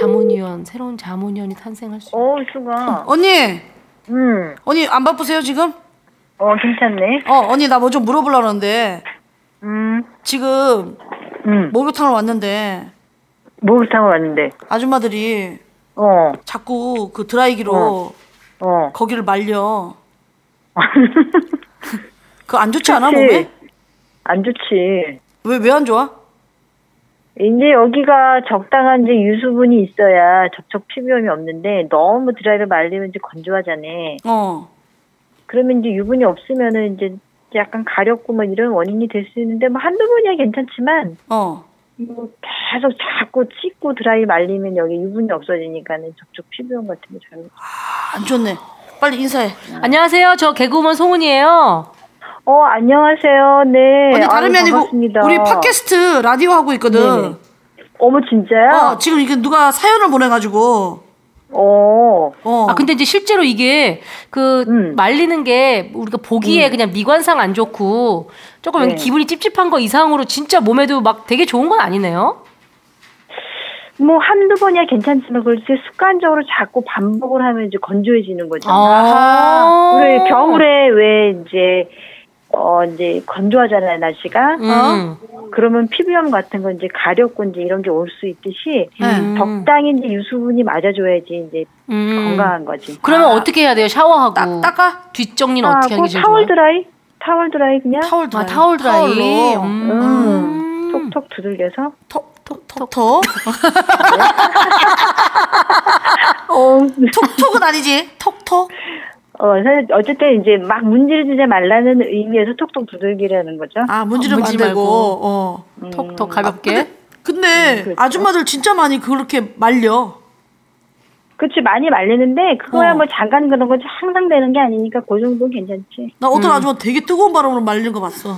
[SPEAKER 2] 자문위원 새로운 자문위원이 탄생할 수.
[SPEAKER 8] 어, 수가.
[SPEAKER 3] 언니.
[SPEAKER 8] 음.
[SPEAKER 3] 언니 안 바쁘세요 지금?
[SPEAKER 8] 어, 괜찮네.
[SPEAKER 3] 어, 언니 나 뭐 좀 물어보려고 하는데.
[SPEAKER 8] 음.
[SPEAKER 3] 지금 목욕탕을 왔는데.
[SPEAKER 8] 목욕탕을 왔는데.
[SPEAKER 3] 아줌마들이
[SPEAKER 8] 어.
[SPEAKER 3] 자꾸 그 드라이기로
[SPEAKER 8] 어.
[SPEAKER 3] 거기를 말려. 그거 안 좋지 않아
[SPEAKER 8] 그치.
[SPEAKER 3] 몸에?
[SPEAKER 8] 안 좋지.
[SPEAKER 3] 왜, 왜 안 좋아?
[SPEAKER 8] 이제 여기가 적당한 이제 유수분이 있어야 접촉 피부염이 없는데 너무 드라이를 말리면 이제 건조하잖아.
[SPEAKER 3] 어.
[SPEAKER 8] 그러면 이제 유분이 없으면은 이제 약간 가렵고 뭐 이런 원인이 될 수 있는데 뭐 한두 번이야 괜찮지만
[SPEAKER 3] 어.
[SPEAKER 8] 뭐 계속 자꾸 씻고 드라이 말리면 여기 유분이 없어지니까는 접촉 피부염 같은 게 잘.
[SPEAKER 3] 안 좋네. 빨리 인사해.
[SPEAKER 2] 안녕하세요 저 개그우먼 송은이에요.
[SPEAKER 8] 어 안녕하세요 네.
[SPEAKER 3] 언니 다름이
[SPEAKER 8] 아유,
[SPEAKER 3] 아니고
[SPEAKER 8] 반갑습니다.
[SPEAKER 3] 우리 팟캐스트 라디오 하고 있거든.
[SPEAKER 8] 네네. 네. 어머 진짜요?
[SPEAKER 3] 어, 지금 이게 누가 사연을 보내가지고.
[SPEAKER 8] 어.
[SPEAKER 2] 아 근데 이제 실제로 이게 그 말리는 게 우리가 보기에 그냥 미관상 안 좋고 조금
[SPEAKER 8] 네.
[SPEAKER 2] 기분이 찝찝한 거 이상으로 진짜 몸에도 막 되게 좋은 건 아니네요.
[SPEAKER 8] 뭐 한두 번이야 괜찮지만 그걸 이제 습관적으로 자꾸 반복을 하면 이제 건조해지는 거죠.
[SPEAKER 3] 어,
[SPEAKER 2] 아.
[SPEAKER 8] 우리 겨울에 왜 이제 어 이제 건조하잖아요 날씨가.
[SPEAKER 2] 음.
[SPEAKER 8] 어? 그러면 피부염 같은 건 이제 가렵고 이제 이런 게 올 수 있듯이
[SPEAKER 2] 음.
[SPEAKER 8] 적당히 이제 유수분이 맞아줘야지 이제
[SPEAKER 2] 음.
[SPEAKER 8] 건강한 거지.
[SPEAKER 2] 그러면 어떻게 해야 돼요? 샤워하고 닦아? 뒷정리는
[SPEAKER 8] 아,
[SPEAKER 2] 어떻게 하는 게 제일
[SPEAKER 8] 타월
[SPEAKER 2] 좋아요?
[SPEAKER 8] 드라이? 타월 드라이 그냥? 타월
[SPEAKER 2] 드라이. 아, 타월 드라이.
[SPEAKER 8] 타월로.
[SPEAKER 2] 음.
[SPEAKER 8] 음. 톡톡 두들겨서?
[SPEAKER 3] 톡톡톡톡. 톡톡은 아니지. 톡톡.
[SPEAKER 8] 어, 사실 어쨌든 이제 막 문지르지 말라는 의미에서 톡톡 두들기라는 거죠.
[SPEAKER 3] 아, 문지르면 안 되고. 음, 어.
[SPEAKER 2] 톡톡
[SPEAKER 3] 아,
[SPEAKER 2] 가볍게.
[SPEAKER 3] 근데 아줌마들 진짜 많이 그렇게 말려.
[SPEAKER 8] 그치 많이 말리는데
[SPEAKER 2] 어.
[SPEAKER 8] 그거야 뭐 잠깐 그런 거지 항상 되는 게 아니니까 그 정도는 괜찮지.
[SPEAKER 3] 나 어떤 아줌마 되게 뜨거운 바람으로 말리는 거 봤어.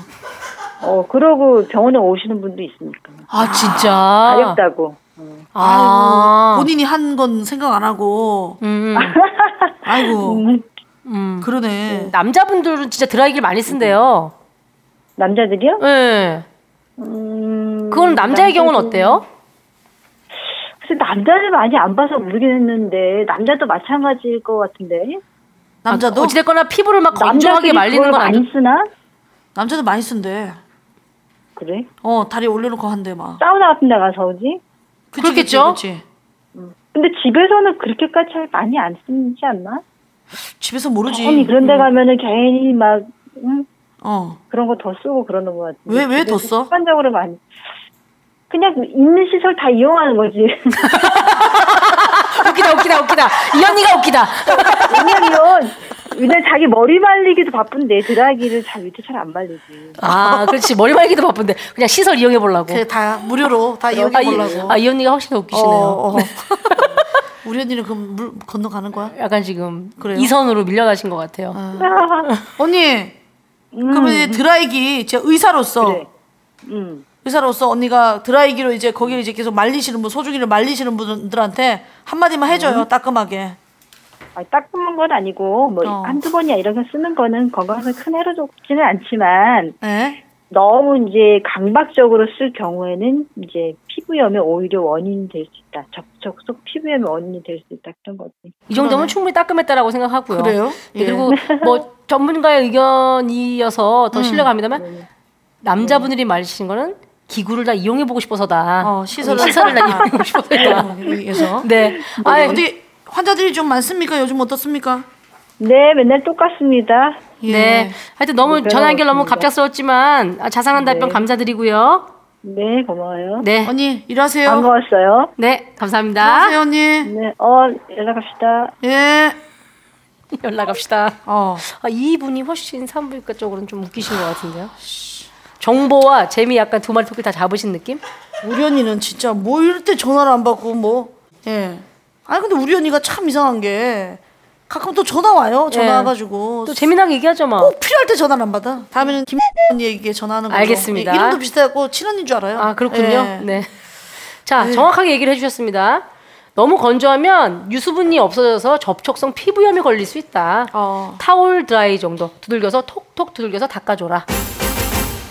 [SPEAKER 8] 어 그러고 병원에 오시는 분도 있으니까.
[SPEAKER 2] 아 진짜.
[SPEAKER 8] 가렵다고.
[SPEAKER 3] 아이고, 본인이 한 건 생각 안 하고.
[SPEAKER 2] 음,
[SPEAKER 3] 아이고. 음. 그러네.
[SPEAKER 2] 남자분들은 진짜 드라이기를 많이 쓴대요.
[SPEAKER 8] 남자들이요? 음,
[SPEAKER 2] 네.
[SPEAKER 3] 음,
[SPEAKER 2] 그건 남자의 경우는 어때요?
[SPEAKER 8] 글쎄 남자를 많이 안 봐서 모르겠는데 남자도 마찬가지일 것 같은데.
[SPEAKER 3] 남자도?
[SPEAKER 2] 어찌됐거나 피부를 막
[SPEAKER 8] 남자들이 그걸 많이 쓰나?
[SPEAKER 3] 남자도 많이 쓴대.
[SPEAKER 8] 그래?
[SPEAKER 3] 어, 다리 올려놓고 한대, 막.
[SPEAKER 8] 사우나 같은 데 가서 오지?
[SPEAKER 3] 그렇겠죠? 그치,
[SPEAKER 8] 근데 집에서는 그렇게까지 잘 많이 안 쓰지 않나?
[SPEAKER 3] 집에서 모르지.
[SPEAKER 8] 아니 그런 데
[SPEAKER 3] 음.
[SPEAKER 8] 가면은 괜히 막 응?
[SPEAKER 3] 어.
[SPEAKER 8] 그런 거 더 쓰고 그러는 것 같아.
[SPEAKER 3] 왜- 왜더 써?
[SPEAKER 8] 습관적으로 많이. 그냥 있는 시설 다 이용하는 거지.
[SPEAKER 3] 그렇게
[SPEAKER 2] 웃기다. 이 언니가 웃기다.
[SPEAKER 8] 왜냐면 맨날 자기 머리 말리기도 바쁜데 드라이기를 잘 밑에 잘 안 말리지.
[SPEAKER 2] 아, 그렇지. 머리 말기도 바쁜데 그냥 시설 이용해 보려고.
[SPEAKER 8] 그래,
[SPEAKER 3] 다 무료로 다 이용해 보려고.
[SPEAKER 2] 아, 이 언니가 훨씬 더 웃기시네요.
[SPEAKER 3] 어, 어. 우리 언니는 그럼 물 건너가는 거야?
[SPEAKER 2] 약간 지금 이선으로 밀려나신 것 같아요. 음.
[SPEAKER 3] 언니, 그러면 이제 드라이기 제 의사로서
[SPEAKER 2] 음.
[SPEAKER 3] 의사로서 언니가 드라이기로 이제 거기를 이제 계속 말리시는 분, 소중이를 말리시는 분들한테 한마디만 해줘요,
[SPEAKER 8] 음.
[SPEAKER 3] 따끔하게.
[SPEAKER 8] 아, 따끔한 건 아니고 뭐 한두 번이야 이렇게 쓰는 거는 건강에 큰 해로 좋지는 않지만
[SPEAKER 3] 네?
[SPEAKER 8] 너무 이제 강박적으로 쓸 경우에는 이제 피부염의 오히려 원인이 될 수 있다. 접촉 속 피부염의 원인이 될 수 있다 그런 거지.
[SPEAKER 2] 이 정도면 충분히 따끔했다라고 생각하고요.
[SPEAKER 8] 그래요?
[SPEAKER 2] 예,
[SPEAKER 8] 예.
[SPEAKER 2] 그리고 뭐 전문가의 의견이어서
[SPEAKER 8] 음.
[SPEAKER 2] 더 신뢰갑니다만
[SPEAKER 8] 네,
[SPEAKER 2] 남자분들이 말씀하신 거는 기구를 다 이용해 보고 싶어서다.
[SPEAKER 8] 네.
[SPEAKER 3] 시설을-
[SPEAKER 2] 시설을 다 이용해 보고 싶어서다.
[SPEAKER 3] 그래서?
[SPEAKER 2] 네.
[SPEAKER 8] 뭐
[SPEAKER 3] 아,
[SPEAKER 2] 아이,
[SPEAKER 3] 어디 환자들이 좀 많습니까? 요즘 어떻습니까? 예.
[SPEAKER 8] 네, 맨날 똑같습니다.
[SPEAKER 2] 네. 하여튼 너무
[SPEAKER 8] 네,
[SPEAKER 2] 전화 연결 너무
[SPEAKER 8] 그렇습니다.
[SPEAKER 2] 갑작스러웠지만 아, 자상한 답변 감사드리고요.
[SPEAKER 8] 네, 고마워요.
[SPEAKER 2] 네.
[SPEAKER 3] 언니 일하세요.
[SPEAKER 8] 반가웠어요.
[SPEAKER 2] 네, 감사합니다.
[SPEAKER 8] 안녕하세요,
[SPEAKER 3] 언니.
[SPEAKER 8] 네, 어 연락합시다.
[SPEAKER 3] 예. 어.
[SPEAKER 2] 연락합시다. 아, 이분이 훨씬 산부인과 쪽으로는 좀 웃기신 것 같은데요. 정보와 재미 약간 두 마리 토끼 다 잡으신 느낌?
[SPEAKER 3] 우리 언니는 진짜 뭐 이럴 때 전화를 안 받고 뭐 예. 아니 근데 우리 언니가 참 이상한 게 가끔 또 전화 와요. 전화
[SPEAKER 2] 예.
[SPEAKER 3] 와가지고
[SPEAKER 2] 또 재미나게 얘기하죠 뭐. 막.
[SPEAKER 3] 꼭 필요할 때 전화를 안 받아. 다음에는 김 언니에게 전화하는 거.
[SPEAKER 2] 알겠습니다.
[SPEAKER 3] 이름도 비슷하고 친언니인 줄 알아요.
[SPEAKER 2] 아 그렇군요.
[SPEAKER 3] 예.
[SPEAKER 2] 네. 자 정확하게 얘기를 해주셨습니다. 너무 건조하면 유수분이 없어져서 접촉성 피부염이 걸릴 수 있다.
[SPEAKER 3] 어.
[SPEAKER 2] 타올 드라이 정도 두들겨서 톡톡 두들겨서 닦아줘라.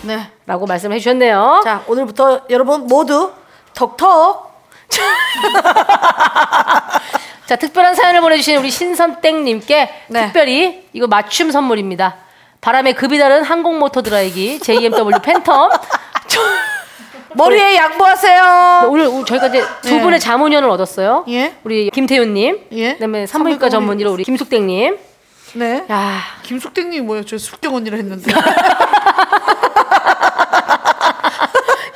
[SPEAKER 3] 네.
[SPEAKER 2] 라고 말씀해 주셨네요.
[SPEAKER 3] 자 오늘부터 여러분 모두 덕덕.
[SPEAKER 2] 자, 특별한 사연을 보내주신 우리 신선땡님께
[SPEAKER 3] 네.
[SPEAKER 2] 특별히 이거 맞춤 선물입니다. 바람에 급이 다른 항공모터 드라이기 JMW 팬텀.
[SPEAKER 3] 머리에 양보하세요.
[SPEAKER 2] 오늘 우- 저희가 이제 두
[SPEAKER 3] 예.
[SPEAKER 2] 분의 자문연을 얻었어요. 우리 김태윤님, 그다음에 산부인과
[SPEAKER 3] 산부인과
[SPEAKER 2] 전문의로 우리 김숙땡님.
[SPEAKER 3] 네.
[SPEAKER 2] 야,
[SPEAKER 3] 김숙땡님 뭐예요? 저 숙경 언니라 했는데.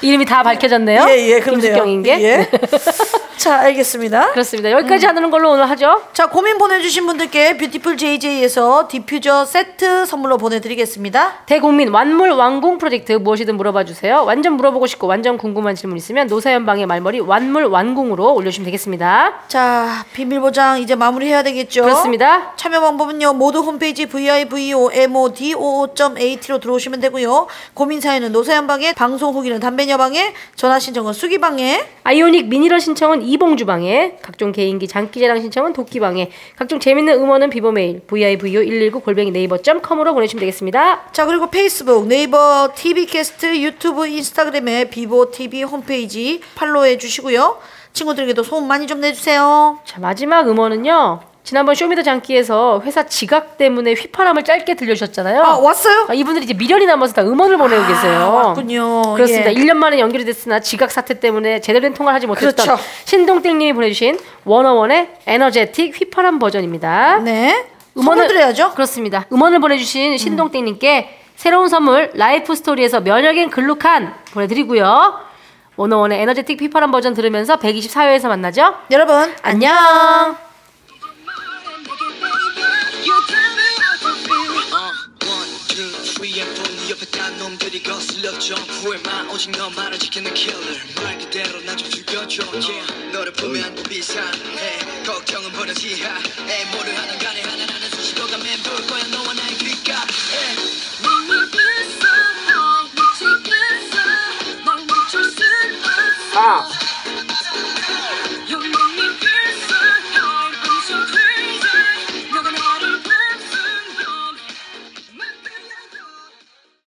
[SPEAKER 2] 이름이 다 밝혀졌네요.
[SPEAKER 3] 예, 예, 그러네요.
[SPEAKER 2] 김숙경인 게.
[SPEAKER 3] 예. 자, 알겠습니다.
[SPEAKER 2] 그렇습니다. 여기까지 하는 걸로 오늘 하죠.
[SPEAKER 3] 자, 고민 보내주신 분들께 뷰티풀 JJ에서 디퓨저 세트 선물로 보내드리겠습니다.
[SPEAKER 2] 대국민 완물 완공 프로젝트 무엇이든 물어봐 주세요. 완전 물어보고 싶고 완전 궁금한 질문 있으면 노사연방의 말머리 완물 완공으로 올려주시면 되겠습니다.
[SPEAKER 3] 자, 비밀보장 이제 마무리해야 되겠죠?
[SPEAKER 2] 그렇습니다.
[SPEAKER 3] 참여 방법은요, 모두 홈페이지 vivomodoo.at로 들어오시면 되고요. 고민 사연은 노사연방에, 방송 후기는 담배녀방에, 전화 신청은 수기방에,
[SPEAKER 2] 아이오닉 미니럴 신청은 이봉주방에, 각종 개인기 장기자랑 신청은 도끼방에, 각종 재밌는 음원은 비보메일 vivo119 골뱅이 네이버 .com으로 보내주시면 되겠습니다.
[SPEAKER 3] 자 그리고 페이스북 네이버 TV 캐스트 유튜브 인스타그램에 비보 TV 홈페이지 팔로우해 주시고요 친구들에게도 소문 많이 좀 내주세요
[SPEAKER 2] 자 마지막 음원은요. 지난번 쇼미더 장기에서 회사 지각 때문에 휘파람을 짧게 들려주셨잖아요. 아,
[SPEAKER 3] 왔어요? 아,
[SPEAKER 2] 이분들이 이제 미련이 남아서 다 음원을 보내고 계세요.
[SPEAKER 3] 왔군요.
[SPEAKER 2] 그렇습니다.
[SPEAKER 3] 예.
[SPEAKER 2] 1년 만에 연결이 됐으나 지각 사태 때문에 제대로 된 통화를 하지 못했던
[SPEAKER 3] 그렇죠.
[SPEAKER 2] 신동땡님이 보내주신 원어원의 에너제틱 휘파람 버전입니다.
[SPEAKER 3] 네.
[SPEAKER 2] 음원을
[SPEAKER 3] 드려야죠.
[SPEAKER 2] 그렇습니다. 음원을 보내주신 신동땡님께 새로운 선물 라이프 스토리에서 면역엔 글루칸 보내드리고요. 원어원의 에너제틱 휘파람 버전 들으면서 124회에서 만나죠.
[SPEAKER 3] 여러분
[SPEAKER 2] 안녕.
[SPEAKER 19] free and from the 옆에 딴 놈들이 거슬려 점프해만 오직 너만을 지키는 killer 말 그대로 난좀 죽여줘 yeah 너를 보면 비상해 걱정은 버려지하에 모를 한